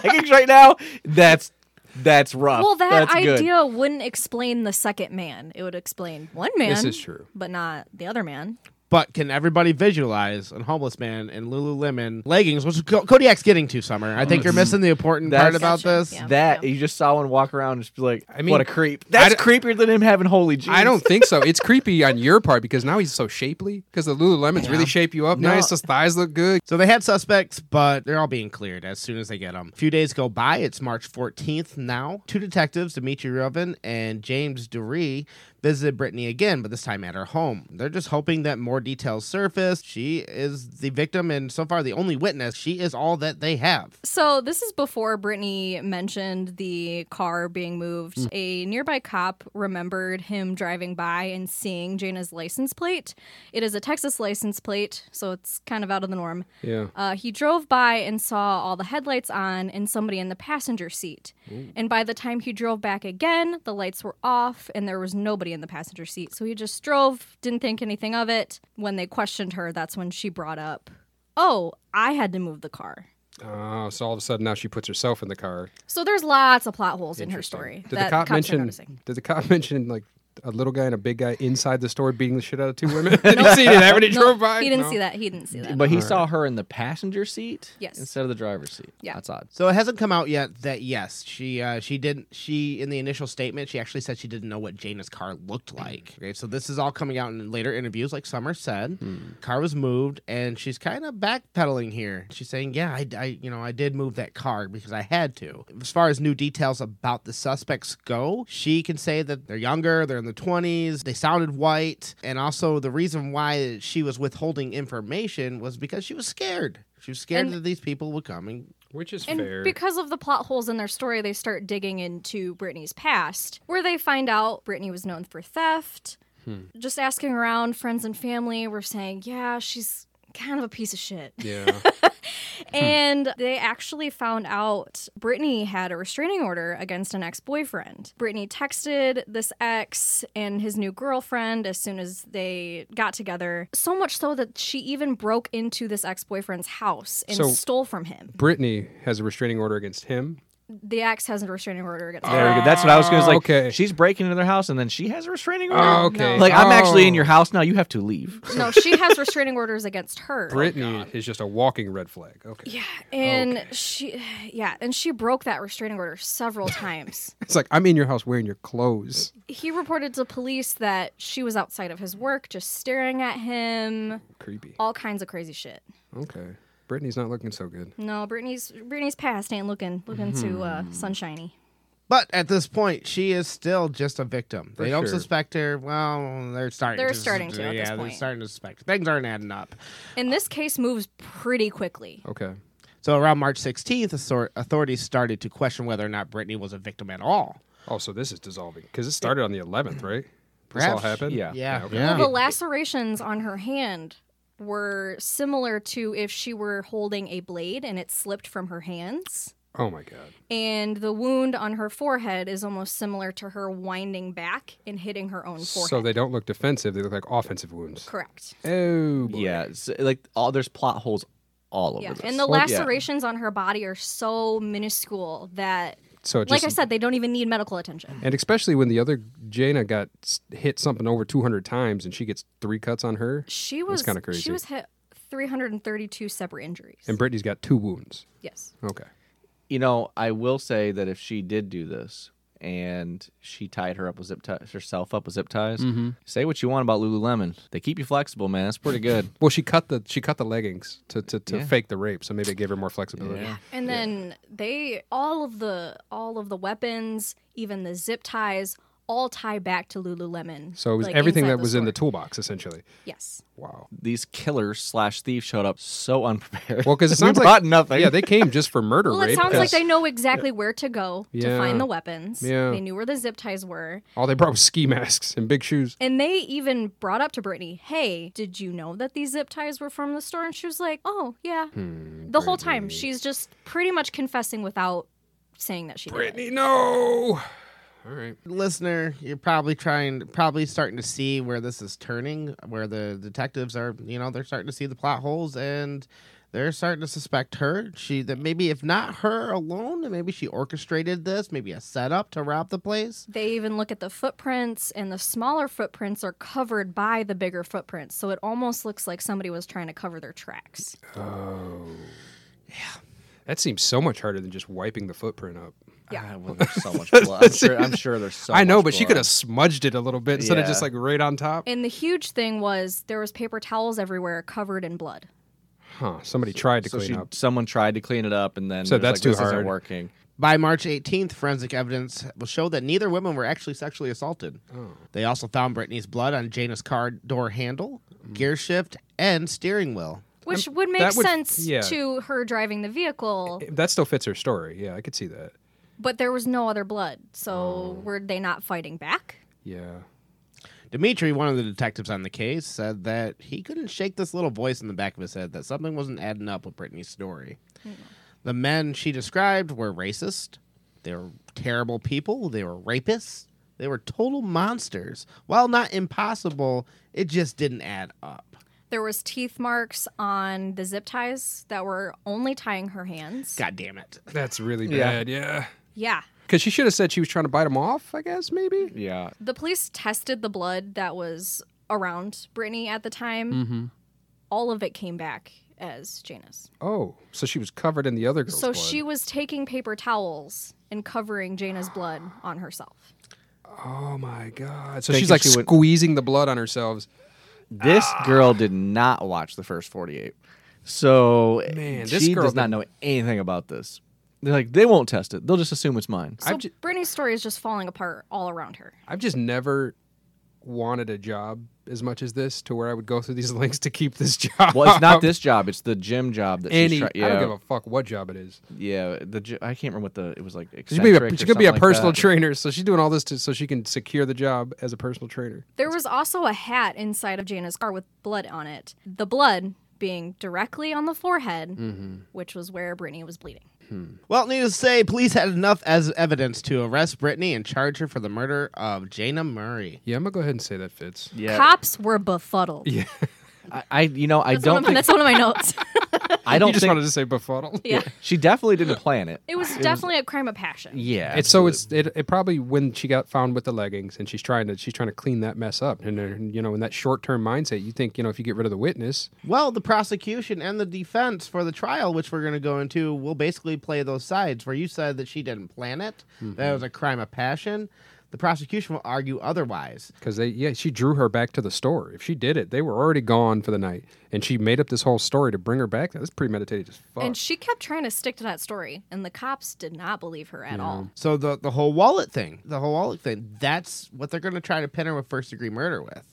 leggings right now, that's that's rough.
Well, that
Oh, that's good.
idea wouldn't explain the second man. It would explain one man.
This is true.
But not the other man.
but can everybody visualize a homeless man in Lululemon leggings, which Co- Kodiak's getting to summer? I think
Mm.
you're missing the important
That's-
part about
Gotcha,
this.
yeah.
That you just saw one walk around and just be like,
I mean,
what a creep.
I
That's creepier than him having holy jeans.
I don't think so. It's creepy on your part because now he's so shapely because the Lululemons really shape you up
No.
nice. His thighs look good.
So they had suspects, but they're all being cleared as soon as they get them. A few days go by. It's March 14th now. Two detectives, Dimitri Rubin and James Duree, visited Brittany again, but this time at her home. They're just hoping that more details surface. She is the victim and so far the only witness. She is all that they have.
So this is before Brittany mentioned the car being moved. A nearby cop remembered him driving by and seeing Jana's license plate. It is a Texas license plate, so it's kind of out of the norm.
Yeah.
Uh, he drove by and saw all the headlights on and somebody in the passenger seat. And by the time he drove back again, the lights were off and there was nobody in the passenger seat. So he just drove, didn't think anything of it. When they questioned her, that's when she brought up, Oh, I had to move the car.
Oh, so all of a sudden now she puts herself in the car.
So there's lots of plot holes in her
Interesting.
story.
Did
that
the cop
cops are
mention?
noticing.
Did the cop mention like a little guy and a big guy inside the store beating the shit out of two women? did he see that when he
No,
drove by?
He didn't
No.
see that. He didn't see that.
But he saw her in the passenger seat
Yes.
instead of the driver's seat.
Yeah.
That's odd.
So it hasn't come out yet that yes, she uh, she didn't she in the initial statement she actually said she didn't know what Jana's car looked like. Okay, so this is all coming out in later interviews, like Summer said. Car was moved, and she's kind of backpedaling here. She's saying, "Yeah, I, I you know I did move that car because I had to." As far as new details about the suspects go, she can say that they're younger, they're in the twenties, they sounded white, and also the reason why she was withholding information was because she was scared. She was scared
And-
that these people would come and
Which is
And
fair.
because of the plot holes in their story, they start digging into Brittany's past, where they find out Brittany was known for theft.
Hmm.
Just asking around, friends and family were saying, yeah, she's kind of a piece of shit.
yeah. Hmm.
And they actually found out Brittany had a restraining order against an ex boyfriend. Brittany texted this ex and his new girlfriend as soon as they got together, so much so that she even broke into this ex boyfriend's house and
So-
stole from him.
Brittany has a restraining order against him.
The ex has a restraining order against
There we
her.
go. That's what I was going to like.
Okay.
She's breaking into their house and then she has a restraining order.
Oh, okay.
Like, I'm actually in
Oh.
your house now. You have to leave.
No, she has restraining orders against her.
Brittany is just a walking red flag. Okay.
yeah, and she, yeah, and she broke that restraining order several times.
It's like I'm in your house wearing your clothes.
he reported to police that she was outside of his work, just staring at him,
Creepy.
all kinds of crazy shit.
Okay. Brittany's not looking so good.
No, Brittany's Brittany's past ain't looking looking too uh, sunshiny.
But at this point, she is still just a victim. They
For
don't
sure.
suspect her. Well, they're starting.
They're
to
starting to at
Yeah,
this
they're
point.
starting to suspect. Things aren't adding up.
And this case moves pretty quickly.
Okay.
So around March 16th, assor- authorities started to question whether or not Brittany was a victim at all.
Oh, so this is dissolving because it started on the 11th, right? This all
Perhaps.
happened.
Yeah.
Yeah,
okay.
yeah.
The lacerations on her hand were similar to if she were holding a blade and it slipped from her hands.
Oh my god.
And the wound on her forehead is almost similar to her winding back and hitting her own forehead.
So they don't look defensive; they look like offensive wounds.
Correct.
Oh, boy.
Yeah. it's, like, all there's plot holes all over
Yeah,
this.
and the
Well,
yeah.
lacerations on her body are so minuscule that,
So it just,
like I said, they don't even need medical attention.
and especially when the other Jaina got s- hit something over 200 times, and she gets three cuts on her,
She was
kinda crazy.
She was hit 332 separate injuries.
and Brittany's got two wounds.
yes.
Okay.
you know, I will say that if she did do this and she tied her up with zip ties, herself up with zip ties,
Mm-hmm.
say what you want about Lululemon, they keep you flexible, man. That's pretty good.
Well, she cut the she cut the leggings to to, to
Yeah.
fake the rape, so maybe it gave her more flexibility.
And then they all of the all of the weapons, even the zip ties, all tie back to Lululemon.
So it was
like,
everything
inside
that was in the
store.
toolbox, essentially.
Yes.
Wow.
These killers slash thieves showed up so unprepared.
Well, because it
we
sounds
brought
like
nothing.
yeah, they came just for murder
Well,
rape.
it sounds like
'cause
they know exactly where to go to
Yeah.
find the weapons.
Yeah.
They knew where the zip ties were.
all they brought was ski masks and big shoes.
And they even brought up to Brittany, hey, did you know that these zip ties were from the store? And she was like, oh, yeah.
Hmm.
the whole time, she's just pretty much confessing without saying that she did. it.
Brittany, no. All right.
Listener, you're probably trying, probably starting to see where this is turning, where the detectives are. You know, they're starting to see the plot holes, and they're starting to suspect her. She that maybe, if not her alone, then maybe she orchestrated this, maybe a setup to rob the place.
They even look at the footprints, and the smaller footprints are covered by the bigger footprints. So it almost looks like somebody was trying to cover their tracks.
That seems so much harder than just wiping the footprint up.
Yeah.
Ah, well, there's so much blood. I'm sure, I'm sure there's so
I know,
much
but she
blood.
could have smudged it a little bit instead of
Yeah.
just like right on top.
And the huge thing was there was paper towels everywhere covered in blood.
Huh? Somebody tried to
So
clean
she,
up.
someone tried to clean it up, and then
So
it was
that's
like,
too
this
hard."
Isn't working.
By March 18th, forensic evidence will show that neither women were actually sexually assaulted. They also found Brittany's blood on Jana's car door handle, gear shift, and steering wheel.
Which would make
that would-
sense
yeah.
to her driving the vehicle,
That still fits her story. Yeah, I could see that.
but there was no other blood. So
Oh.
were they not fighting back?
Yeah.
Dimitri, one of the detectives on the case, said that he couldn't shake this little voice in the back of his head that something wasn't adding up with Brittany's story. The men she described were racist, they were terrible people, they were rapists, they were total monsters. While not impossible, it just didn't add up.
There was teeth marks on the zip ties that were only tying her hands.
God damn it.
That's really
Yeah.
bad. Yeah.
Yeah.
Because she should have said she was trying to bite him off, I guess, maybe?
Yeah.
The police tested the blood that was around Brittany at the time.
Mm-hmm.
All of it came back as Janice.
Oh, so she was covered in the other girl's
So
blood.
she was taking paper towels and covering Jana's blood on herself.
Oh my god! So
Thinking
she's like
she would-
squeezing the blood on herself.
This
Ah.
girl did not watch the first 48. So
Man, this
she
girl
does
did-
not know anything about this. They're like, they won't test it. They'll just assume it's mine.
So
I've ju-
Brittany's story is just falling apart all around her.
I've just never wanted a job as much as this, to where I would go through these links to keep this job.
Well, it's not this job. It's the gym job that
Any,
she's trying. Yeah,
I don't give a fuck what job it is.
yeah. The gy- I can't remember what the it was like.
She could be
eccentric
a,
or
she could be a
something like
personal
that.
trainer, so she's doing all this to, so she can secure the job as a personal trainer.
There was also a hat inside of Jana's car with blood on it. The blood being directly on the forehead,
Mm-hmm.
which was where Brittany was bleeding.
Well, needless to say, police had enough as evidence to arrest Brittany and charge her for the murder of Jana Murray.
Yeah, I'm gonna go ahead and say that fits.
Yeah,
Cops were befuddled.
I, I you know I
That's, one
don't
of,
think,
that's one of my notes.
I
You
don't
just
think
wanted to say befuddled.
yeah.
she definitely didn't plan it.
It was definitely a crime of passion.
Yeah,
It's so it's it, it probably when she got found with the leggings and she's trying to she's trying to clean that mess up and, and you know in that short term mindset you think you know if you get rid of the witness
Well, the prosecution and the defense for the trial, which we're going to go into, will basically play those sides where you said that she didn't plan it, that it was a crime of passion. The prosecution will argue otherwise.
Because they, yeah, she drew her back to the store. If she did it, they were already gone for the night, and she made up this whole story to bring her back. That's premeditated as fuck.
And she kept trying to stick to that story, and the cops did not believe her at all.
So the the whole wallet thing, the whole wallet thing, that's what they're going to try to pin her with first degree murder with.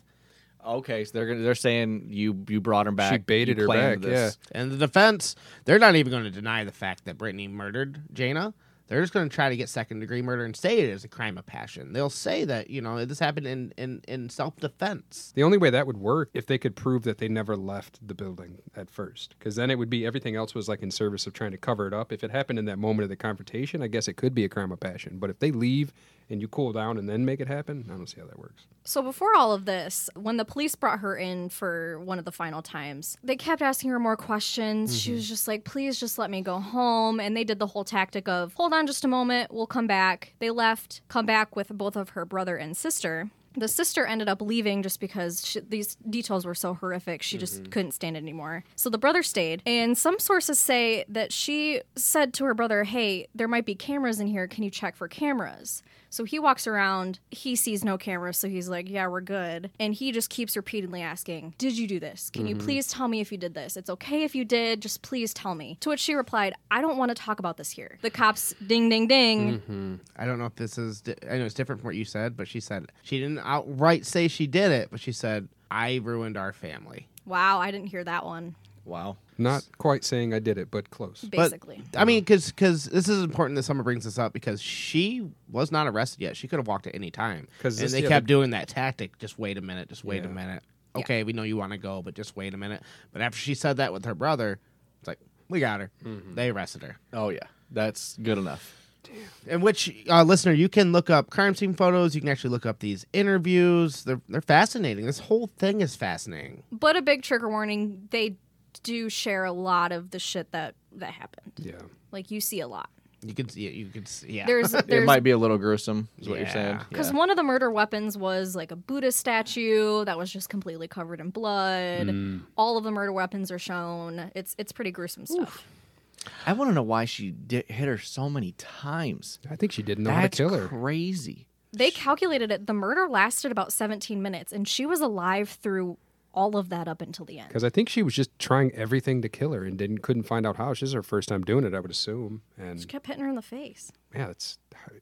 okay. So they're gonna, they're saying you you brought her back.
She baited
you
her
planned
back,
This.
And the defense, they're not even going to deny the fact that Brittany murdered Jana. They're just going to try to get second degree murder and say it is a crime of passion. They'll say that, you know, this happened in, in, in self defense.
the only way that would work if they could prove that they never left the building at first, because then it would be everything else was like in service of trying to cover it up. If it happened in that moment of the confrontation, I guess it could be a crime of passion. But if they leave and you cool down and then make it happen, I don't see how that works.
So before all of this, when the police brought her in for one of the final times, they kept asking her more questions. She was just like, "Please just let me go home." And they did the whole tactic of, "Hold on just a moment, we'll come back." They left, come back with both of her brother and sister. The sister ended up leaving just because she, these details were so horrific. She just couldn't stand it anymore. So the brother stayed. And some sources say that she said to her brother, Hey, there might be cameras in here. Can you check for cameras? So he walks around, he sees no cameras, so he's like, Yeah, we're good. And he just keeps repeatedly asking, Did you do this? Can you please tell me if you did this? It's okay if you did, just please tell me. To which she replied, I don't want to talk about this here. The cops ding ding ding.
I don't know if this is, di- I know it's different from what you said, but she said she didn't outright say she did it, but she said, I ruined our family.
Wow, I didn't hear that one.
Wow.
Not quite saying I did it, but close.
But,
Basically.
I mean, because this is important that someone brings this up because she was not arrested yet. She could have walked at any time.
'Cause
and
this-
they
yeah,
kept doing that tactic. Just wait a minute. Just wait a
Yeah.
minute. Okay, we know you want to go, but just wait a minute. But after she said that with her brother, it's like we got her.
Mm-hmm.
They arrested her.
Oh yeah, that's good enough.
And which uh, listener, you can look up crime scene photos. You can actually look up these interviews. They're they're fascinating. This whole thing is fascinating.
but a big trigger warning they do share a lot of the shit that that happened
Yeah.
like you see a lot
You can see it. You can see. Yeah.
there's
it
there's
might be a little gruesome, is what you're saying.
Yeah.
because
Yeah.
one of the murder weapons was like a buddha statue that was just completely covered in blood all of the murder weapons are shown it's it's pretty gruesome stuff
I want to know why she di hit her so many times.
I think she didn't know
That's
how to kill her.
crazy.
they calculated it the murder lasted about 17 minutes and she was alive through all of that up until the end.
Because I think she was just trying everything to kill her and didn't couldn't find out how. She's her first time doing it, I would assume.
She
And
kept hitting her in the face.
yeah, it's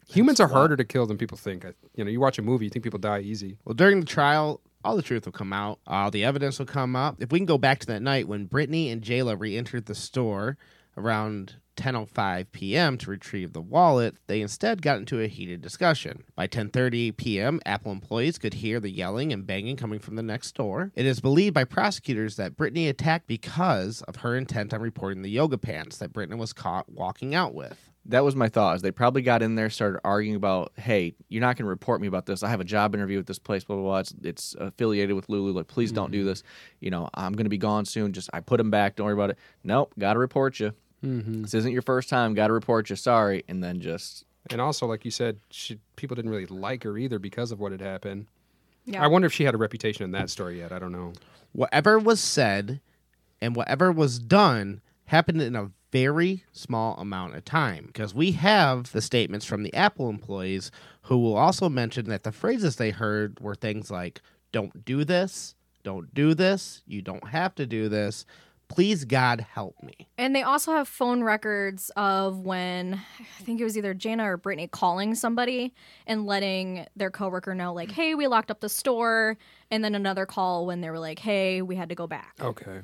humans are harder to kill than people think. I, you know, you watch a movie, you think people die easy.
Well, during the trial, all the truth will come out. All the evidence will come up. If we can go back to that night when Brittany and Jayla re-entered the store around 10:05 p.m. to retrieve the wallet, they instead got into a heated discussion. By 10:30 p.m., Apple employees could hear the yelling and banging coming from the next door. It is believed by prosecutors that Brittany attacked because of her intent on reporting the yoga pants that Brittany was caught walking out with.
That was my thought. Is they probably got in there, started arguing about, hey, you're not going to report me about this. I have a job interview with this place, blah blah blah. It's, it's affiliated with Lulu. Like, please don't
Mm-hmm.
do this. You know, I'm going to be gone soon. Just I put him back. Don't worry about it. Nope, got to report you.
Mm-hmm.
This isn't your first time. Got to report you. Sorry. And then just
And also, like you said, she, people didn't really like her either because of what had happened.
Yeah.
I wonder if she had a reputation in that story yet. I don't know.
whatever was said and whatever was done happened in a very small amount of time because we have the statements from the Apple employees who will also mention that the phrases they heard were things like don't do this, don't do this, you don't have to do this, please God help me.
And they also have phone records of when I think it was either Jana or Brittany calling somebody and letting their coworker know, like, hey, we locked up the store. And then another call when they were like, hey, we had to go back.
Okay.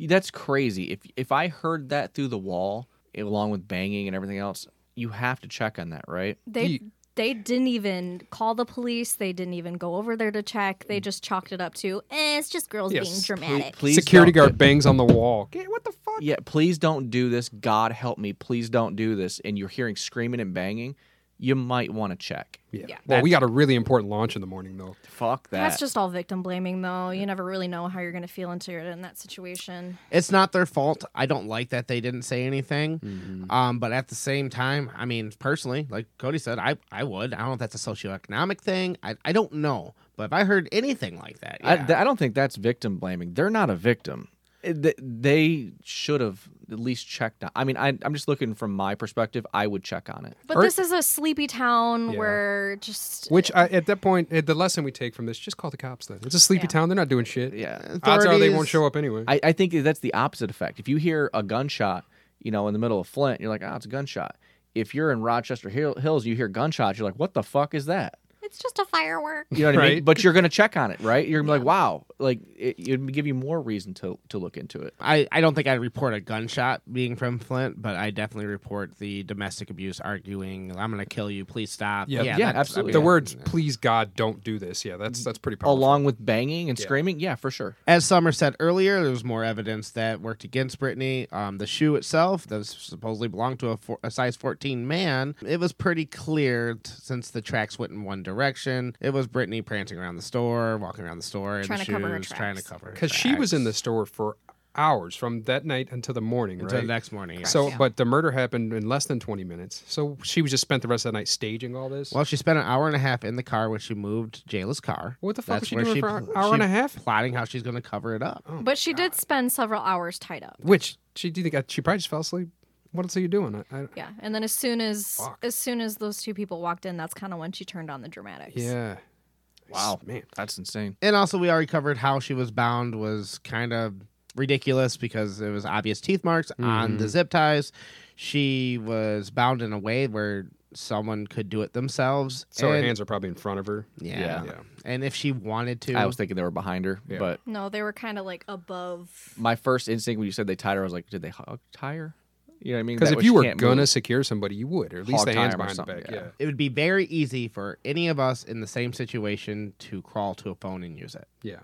that's crazy. If if I heard that through the wall, along with banging and everything else, you have to check on that, right?
They.
Ye-
they didn't even call the police. They didn't even go over there to check. They just chalked it up to, eh, it's just girls
Yes,
being dramatic.
Please
Security
don't-
guard bangs on the wall. Okay, what the fuck?
yeah, please don't do this. God help me. Please don't do this. And you're hearing screaming and banging, you might want to check.
Yeah.
Yeah.
Well, we got a really important launch in the morning, though.
Fuck that.
That's just all victim blaming, though. You never really know how you're going to feel until you're in that situation.
It's not their fault. I don't like that they didn't say anything.
Mm-hmm.
Um, but at the same time, I mean, personally, like Cody said, I, I would. I don't know if that's a socioeconomic thing. I, I don't know. But if I heard anything like that,
I,
yeah.
th- I don't think that's victim blaming. They're not a victim. It- th- They should have at least checked on. I mean, I, I'm just looking from my perspective. I would check on it.
But
Or-
this is a sleepy town
Yeah.
where just
Which I, at that point, eh, the lesson we take from this: just call the cops. Then it's a sleepy
Yeah.
town; they're not doing shit.
Yeah.
Odds are they won't
Authorities-
show up anyway.
I, I think that's the opposite effect. If you hear a gunshot, you know, in the middle of Flint, you're like, oh, it's a gunshot. If you're in Rochester Hill, Hills, you hear gunshots, you're like, what the fuck is that?
it's just a firework.
You know what I mean?
Right.
But you're gonna check on it, right? You're gonna be like, wow, like it, it'd give you more reason to to look into it.
I, I don't think I'd report a gunshot being from Flint, but I definitely report the domestic abuse arguing, I'm going to kill you, please stop.
Yeah, yeah,
that's-
absolutely.
the
yeah.
words, "Please God, don't do this." Yeah, that's that's pretty powerful.
Along with banging and screaming, yeah, for sure.
As Summer said earlier, there was more evidence that worked against Brittany. Um, the shoe itself, that was supposedly belonged to a, four, a size 14 man, it was pretty clear t- since the tracks went in one direction. It was Brittany prancing around the store, walking around the store, in
Trying
the
to cover her
shoes, trying to
tracks.
cover her
because she was in the
tracks
store for hours from that night until the morning,
until
right?
the next morning. yeah.
so, but the murder happened in less than twenty minutes. So she was just spent the rest of the night staging all this.
Well, she spent an hour and a half in the car when she moved Jayla's car.
What the
That's
fuck was she
where
doing for an hour
she
and a half?
Plotting how she's going to cover it up.
Oh,
But she did spend several hours tied up.
Which she do you think uh, she probably just fell asleep? What else are you doing? I, I,
Yeah, and then as soon as
Fuck.
as soon as those two people walked in, that's kind of when she turned on the dramatics.
yeah.
Wow.
man.
That's insane.
And also, we already covered how she was bound was kind of ridiculous because it was obvious teeth marks on the zip ties. She was bound in a way where someone could do it themselves.
So her
and,
hands are probably in front of her.
yeah.
Yeah.
And if she wanted to,
I was thinking they were behind her,
Yeah.
but
No, they were kind of like above.
my first instinct when you said they tied her, I was like, did they hog tie her? You know what I mean?
Because if
That way
you
she
were
can't
gonna
move.
secure somebody, you would, or at least
Hog
the
tie
hands
him or
behind the
something,
back.
yeah.
Yeah.
it would be very easy for any of us in the same situation to crawl to a phone and use it.
yeah,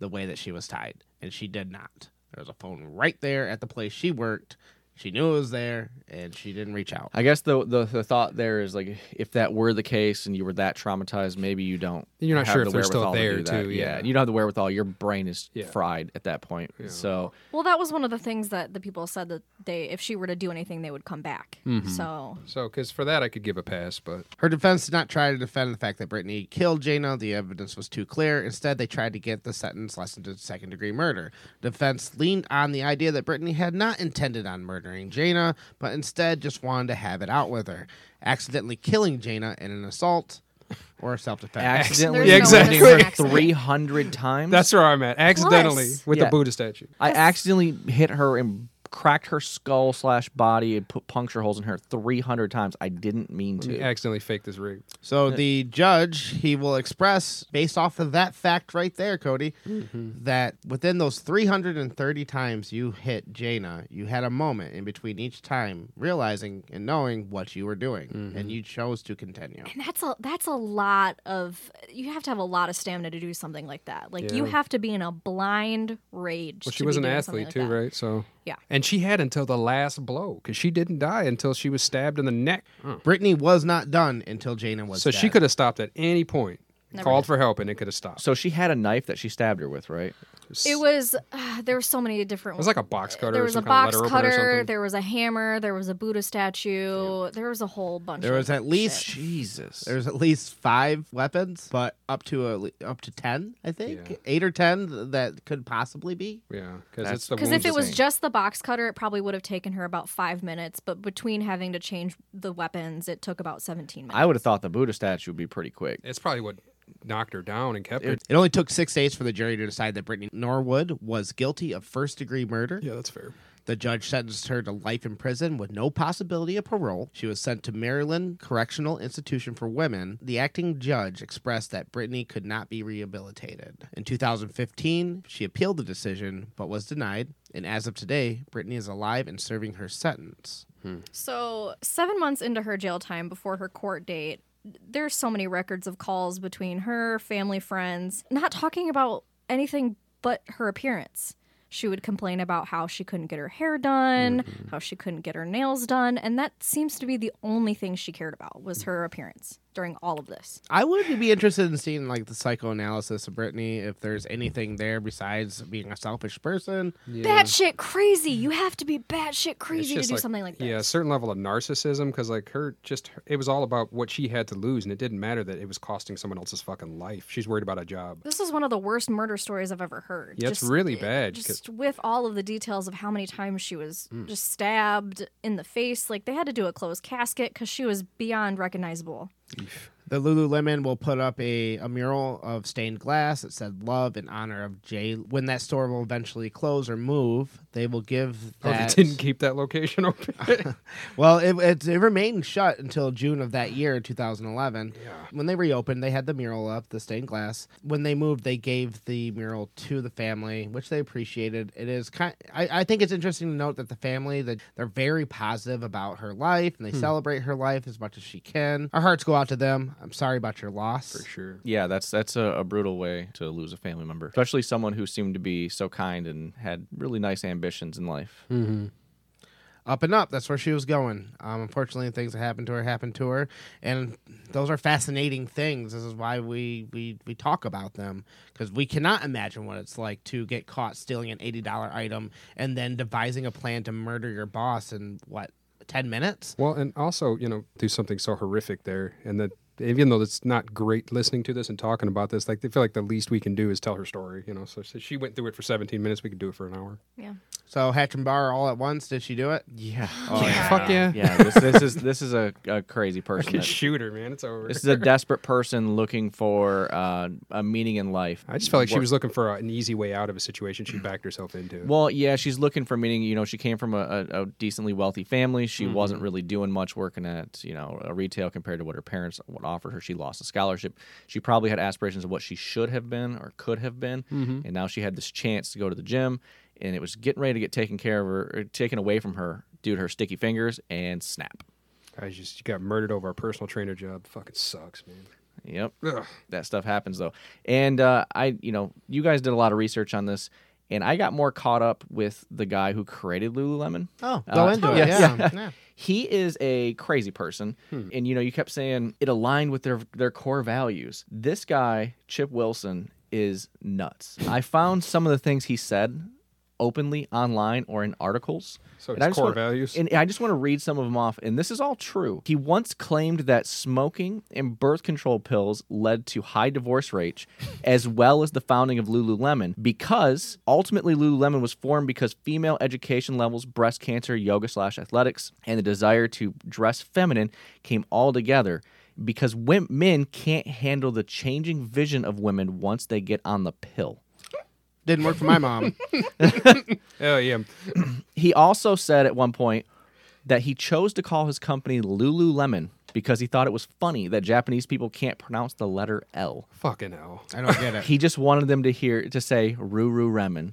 the way that she was tied, and she did not. There was a phone right there at the place she worked. She knew it was there, and she didn't reach out.
I guess the, the the thought there is like if that were the case and you were that traumatized, maybe you don't.
You're not
have
sure
the
if they're still
wherewithal to
there,
do that.
too, yeah.
you don't have the wherewithal. Your brain is
Yeah.
fried at that point. So
Well, that was one of the things that the people said that they, if she were to do anything, they would come back.
Mm-hmm.
So
So, because for that I could give a pass, but
Her defense did not try to defend the fact that Brittany killed Jana. The evidence was too clear. Instead, they tried to get the sentence lessened to second degree murder. Defense leaned on the idea that Brittany had not intended on murdering Jana, but instead just wanted to have it out with her, accidentally killing Jana in an assault. or self defense.
accidentally
There's
no
exactly.
way that's
an accident.
300 times.
That's where I'm at. Accidentally with
Yeah.
the Buddha statue.
I accidentally hit her and cracked her skull slash body and put puncture holes in her 300 times. I didn't mean to.
You accidentally faked this rape.
So the judge, he will express based off of that fact right there, Cody,
Mm-hmm.
that within those 330 times you hit Jaina, you had a moment in between each time realizing and knowing what you were doing,
Mm-hmm.
and you chose to continue.
And that's a that's a lot of you have to have a lot of stamina to do something like that. Like you
Yeah.
have to be in a blind rage.
Well, she
to be
was an
doing something
athlete
like
too,
that.
right? So
Yeah.
and she had until the last blow because she didn't die until she was stabbed in the neck.
Brittany was not done until Jaina was.
so she
dead.
could have stopped at any point,
Never
called for help, and it could have stopped.
So she had a knife that she stabbed her with, right?
It was uh, there were so many different.
It was like a box cutter.
there
or
was a
some kind
box
of letter opener Or
cutter.
something.
There was a hammer. There was a Buddha statue. There was a whole bunch.
There
of
was at least
shit.
Jesus.
There's at least five weapons, but up to a, up to ten, I think,
Yeah.
eight or ten th- that could possibly be.
yeah, because
That's-
it's the
Because
wounds
if it
that-
was
thing.
just the box cutter, it probably would have taken her about five minutes. But between having to change the weapons, it took about seventeen minutes.
I would have thought the Buddha statue would be pretty quick.
it's probably what knocked her down and kept her.
It only took six days for the jury to decide that Brittany Norwood was guilty of first degree murder.
Yeah, that's fair.
The judge sentenced her to life in prison with no possibility of parole. She was sent to Maryland Correctional Institution for Women. The acting judge expressed that Brittany could not be rehabilitated. In 2015, she appealed the decision but was denied. And as of today, Brittany is alive and serving her sentence.
So, seven months into her jail time before her court date, there's so many records of calls between her, family, friends, not talking about anything but her appearance. She would complain about how she couldn't get her hair done,
Mm-hmm.
how she couldn't get her nails done, and that seems to be the only thing she cared about was her appearance during all of this.
I would be interested in seeing like the psychoanalysis of Brittany if there's anything there besides being a selfish person.
Batshit crazy! You have to be batshit crazy to do something like that.
Yeah, a certain level of narcissism because like her just her- it was all about what she had to lose and it didn't matter that it was costing someone else's fucking life. She's worried about a job.
This is one of the worst murder stories I've ever heard.
Yeah, it's really bad, 'cause- Hmm.
Just with all of the details of how many times she was just stabbed in the face, like they had to do a closed casket because she was beyond recognizable.
The Lululemon will put up a, a mural of stained glass that said "Love in honor of Jay." When that store will eventually close or move, they will give
Oh, they
that.
didn't keep that location open.
well, it, it, it remained shut until June of that year, 2011.
Yeah.
When they reopened, they had the mural up, the stained glass. When they moved, they gave the mural to the family, which they appreciated. It is kind. I, I think it's interesting to note that the family that they're very positive about her life and they
Hmm.
celebrate her life as much as she can. Our hearts go out to them. I'm sorry about your loss.
For sure.
Yeah, that's that's a, a brutal way to lose a family member, especially someone who seemed to be so kind and had really nice ambitions in life.
Hmm.
up and up. That's where she was going. Um, unfortunately, things that happened to her happened to her, and those are fascinating things. This is why we we, we talk about them because we cannot imagine what it's like to get caught stealing an eighty dollar item and then devising a plan to murder your boss in what ten minutes.
Well, and also, you know, do something so horrific there, and that even though it's not great listening to this and talking about this, like they feel like the least we can do is tell her story, you know. So, so she went through it for 17 minutes. We could do it for an hour.
Yeah.
So Hatch and Bar all at once. Did she do it?
Yeah.
Fuck Oh, yeah.
Yeah, this, this is this is a, a crazy person.
Fucking
that-
shoot her, man. It's over.
this is a desperate person looking for uh, a meaning in life.
I just felt like she was looking for a, an easy way out of a situation she backed herself into.
Well, yeah, she's looking for meaning. You know, she came from a, a, a decently wealthy family. She wasn't really doing much working at, you know, a retail compared to what her parents would offer her. She lost a scholarship. She probably had aspirations of what she should have been or could have been. And now she had this chance to go to the gym and it was getting ready to get taken care of her, or taken away from her due to her sticky fingers and snap.
I just she got murdered over a personal trainer job. Fucking sucks, man.
Yep.
Ugh.
that stuff happens though. And uh, I, you know, you guys did a lot of research on this, and I got more caught up with the guy who created Lululemon.
Oh, go
Uh,
into it.
yes.
Yeah. yeah.
He is a crazy person,
Hmm.
and you know, you kept saying it aligned with their their core values. This guy, Chip Wilson, is nuts. I found some of the things he said openly online or in articles.
So
And
it's
I just
core
wanna-
values?
and I just want to read some of them off. And this is all true. He once claimed that smoking and birth control pills led to high divorce rates, as well as the founding of Lululemon, because ultimately Lululemon was formed because female education levels, breast cancer, yoga slash athletics, and the desire to dress feminine came all together. because wom- men can't handle the changing vision of women once they get on the pill.
Didn't work for my mom.
Oh yeah,
He also said at one point that he chose to call his company Lululemon because he thought it was funny that Japanese people can't pronounce the letter L.
fucking hell.
I don't get it.
He just wanted them to hear to say Ruru Ramen.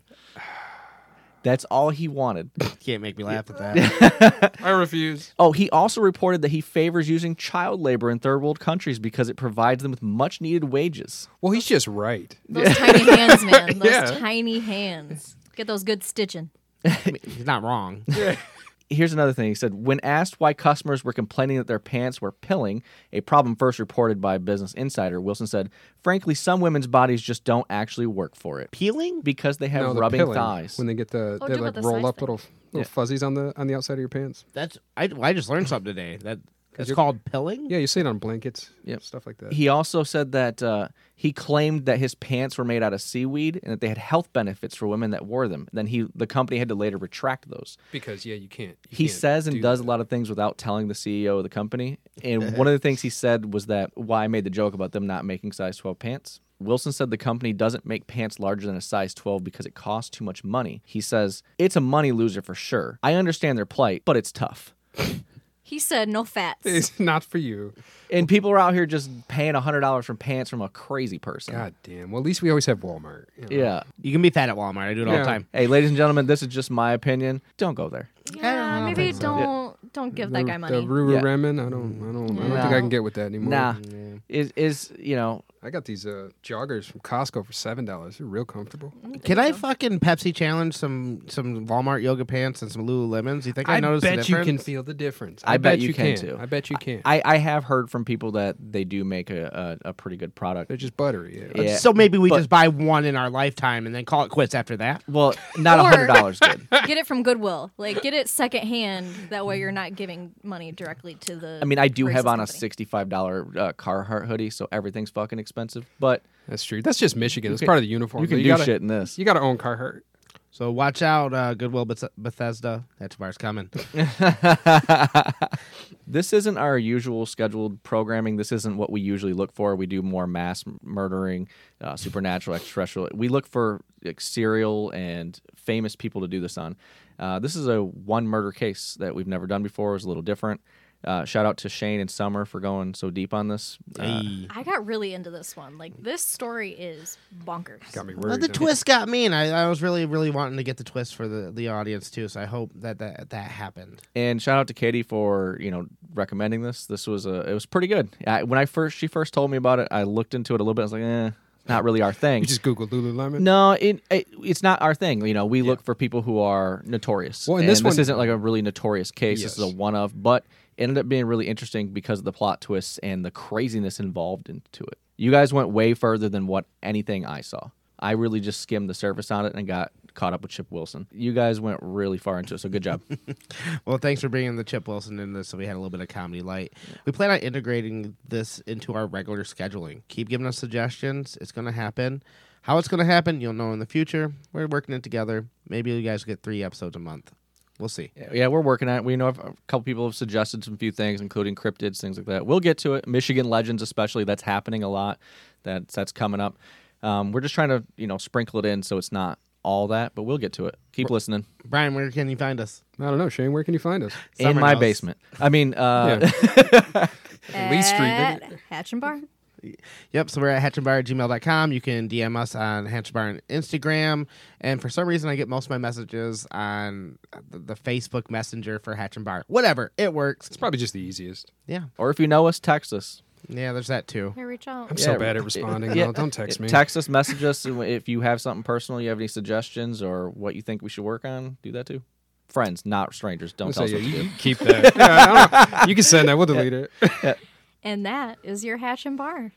That's all he wanted.
Can't make me laugh at that.
I refuse.
Oh, he also reported that he favors using child labor in third world countries because it provides them with much needed wages.
Well, he's just right.
Those tiny hands, man. Those
Yeah.
tiny hands. Get those good stitching.
I mean, he's not wrong.
Here's another thing he said when asked why customers were complaining that their pants were pilling, a problem first reported by Business Insider, Wilson said, Frankly, some women's bodies just don't actually work for it
Peeling?
because they have
No, the
rubbing
pilling,
thighs.
when they get the
Oh,
they
do
like
with the
roll
size
up
thing.
little little
Yeah.
fuzzies on the on the outside of your pants.
That's I. well, I just learned something today. That it's
you're-
called pilling.
Yeah, you see it on blankets.
Yep.
stuff like that.
he also said that uh, he claimed that his pants were made out of seaweed and that they had health benefits for women that wore them. Then he, the company had to later retract those.
because yeah, you can't. you
he
can't
says and
do
does
that.
a lot of things without telling the CEO of the company. And one of the things he said was that why I made the joke about them not making size 12 pants. Wilson said the company doesn't make pants larger than a size 12 because it costs too much money. He says, It's a money loser for sure. I understand their plight, but it's tough.
He said no fats.
It's not for you.
And people are out here just paying $100 for pants from a crazy person.
God damn. Well, at least we always have Walmart. you know.
Yeah.
You can be fat at Walmart. I do it all
Yeah.
the time.
Hey, ladies and gentlemen, this is just my opinion. Don't go there.
Yeah, maybe don't don't give that
The-
guy money.
The Ruru
Yeah.
Ramen, I don't, I don't, I don't think I can get with that anymore.
Nah. Is is you know
I got these uh, joggers from Costco for seven dollars. They're real comfortable.
Can I fucking Pepsi challenge some some Walmart yoga pants and some Lululemons? You think I, noticed the
bet you
difference?
can feel the difference.
I bet you can, too.
I bet you can.
I, I have heard from people that they do make a, a, a pretty good product.
They're just buttery.
Yeah.
So maybe we
But-
just buy one in our lifetime and then call it quits after that.
Well, not a
Or-
hundred dollars good.
Get it from Goodwill. Like get it secondhand. That way you're not giving money directly to the.
I mean, I do
racist
have on a
company.
sixty-five dollar uh, Carhartt hoodie, so everything's fucking expensive. But
That's true. That's just Michigan. It's
can-
part of the uniform.
you can
but
do
gotta,
shit in this.
You got to own Carhartt.
So watch out, uh, Goodwill Beth- Bethesda. That tomorrow's coming.
This isn't our usual scheduled programming. This isn't what we usually look for. We do more mass m- murdering, uh, supernatural, extraterrestrial. We look for like, serial and famous people to do this on. Uh, this is a one murder case that we've never done before. It was a little different. Uh, shout out to Shane and Summer for going so deep on this. Uh,
Hey.
I got really into this one. Like this story is bonkers.
Got me
Well,
worried.
the
now.
twist got me, and I, I was really, really wanting to get the twist for the, the audience too. So I hope that that, that happened.
and shout out to Katie for you know recommending this. This was a it was pretty good. I, when I first she first told me about it, I looked into it a little bit. I was like, eh, not really our thing.
You just Google Lululemon.
No, it, it it's not our thing. You know, we look for people who are notorious.
Well,
and
and this one-
isn't like a really notorious case. This is
Yes.
a one of, but it ended up being really interesting because of the plot twists and the craziness involved into it. You guys went way further than what anything I saw. I really just skimmed the surface on it and got caught up with Chip Wilson. You guys went really far into it, so good job.
Well, thanks for bringing the Chip Wilson into this. So we had a little bit of comedy light. We plan on integrating this into our regular scheduling. Keep giving us suggestions. It's going to happen. How it's going to happen, you'll know in the future. We're working it together. Maybe you guys get three episodes a month. We'll see.
yeah, we're working on it. We know a couple people have suggested some few things, including cryptids, things like that. We'll get to it. Michigan legends, especially, that's happening a lot. That's that's coming up. Um, we're just trying to you know sprinkle it in so it's not all that, but we'll get to it. Keep listening.
Brian, where can you find us?
I don't know, Shane. Where can you find us?
in
Summer
my
house.
basement. I mean, uh,
At
Lee Street, isn't
Hatch and Bar.
Yep, so we're at hatchandbar at gmail.com. You can DM us on hatchandbar on Instagram. And for some reason, I get most of my messages on the, the Facebook Messenger for Hatch and Bar. Whatever, it works.
It's probably just the easiest.
Yeah,
or if you know us, text us.
yeah, there's that too.
Here, reach out.
I'm so
Yeah.
bad at responding.
Yeah.
though. Don't text me.
Text us, message us if you have something personal, you have any suggestions or what you think we should work on. Do that too. Friends, not strangers. Don't
I'll
tell
say,
us
yeah,
what to
you,
do.
you keep that. Yeah, I don't know. You can send that. We'll delete it.
And that is your Hatch and Bar.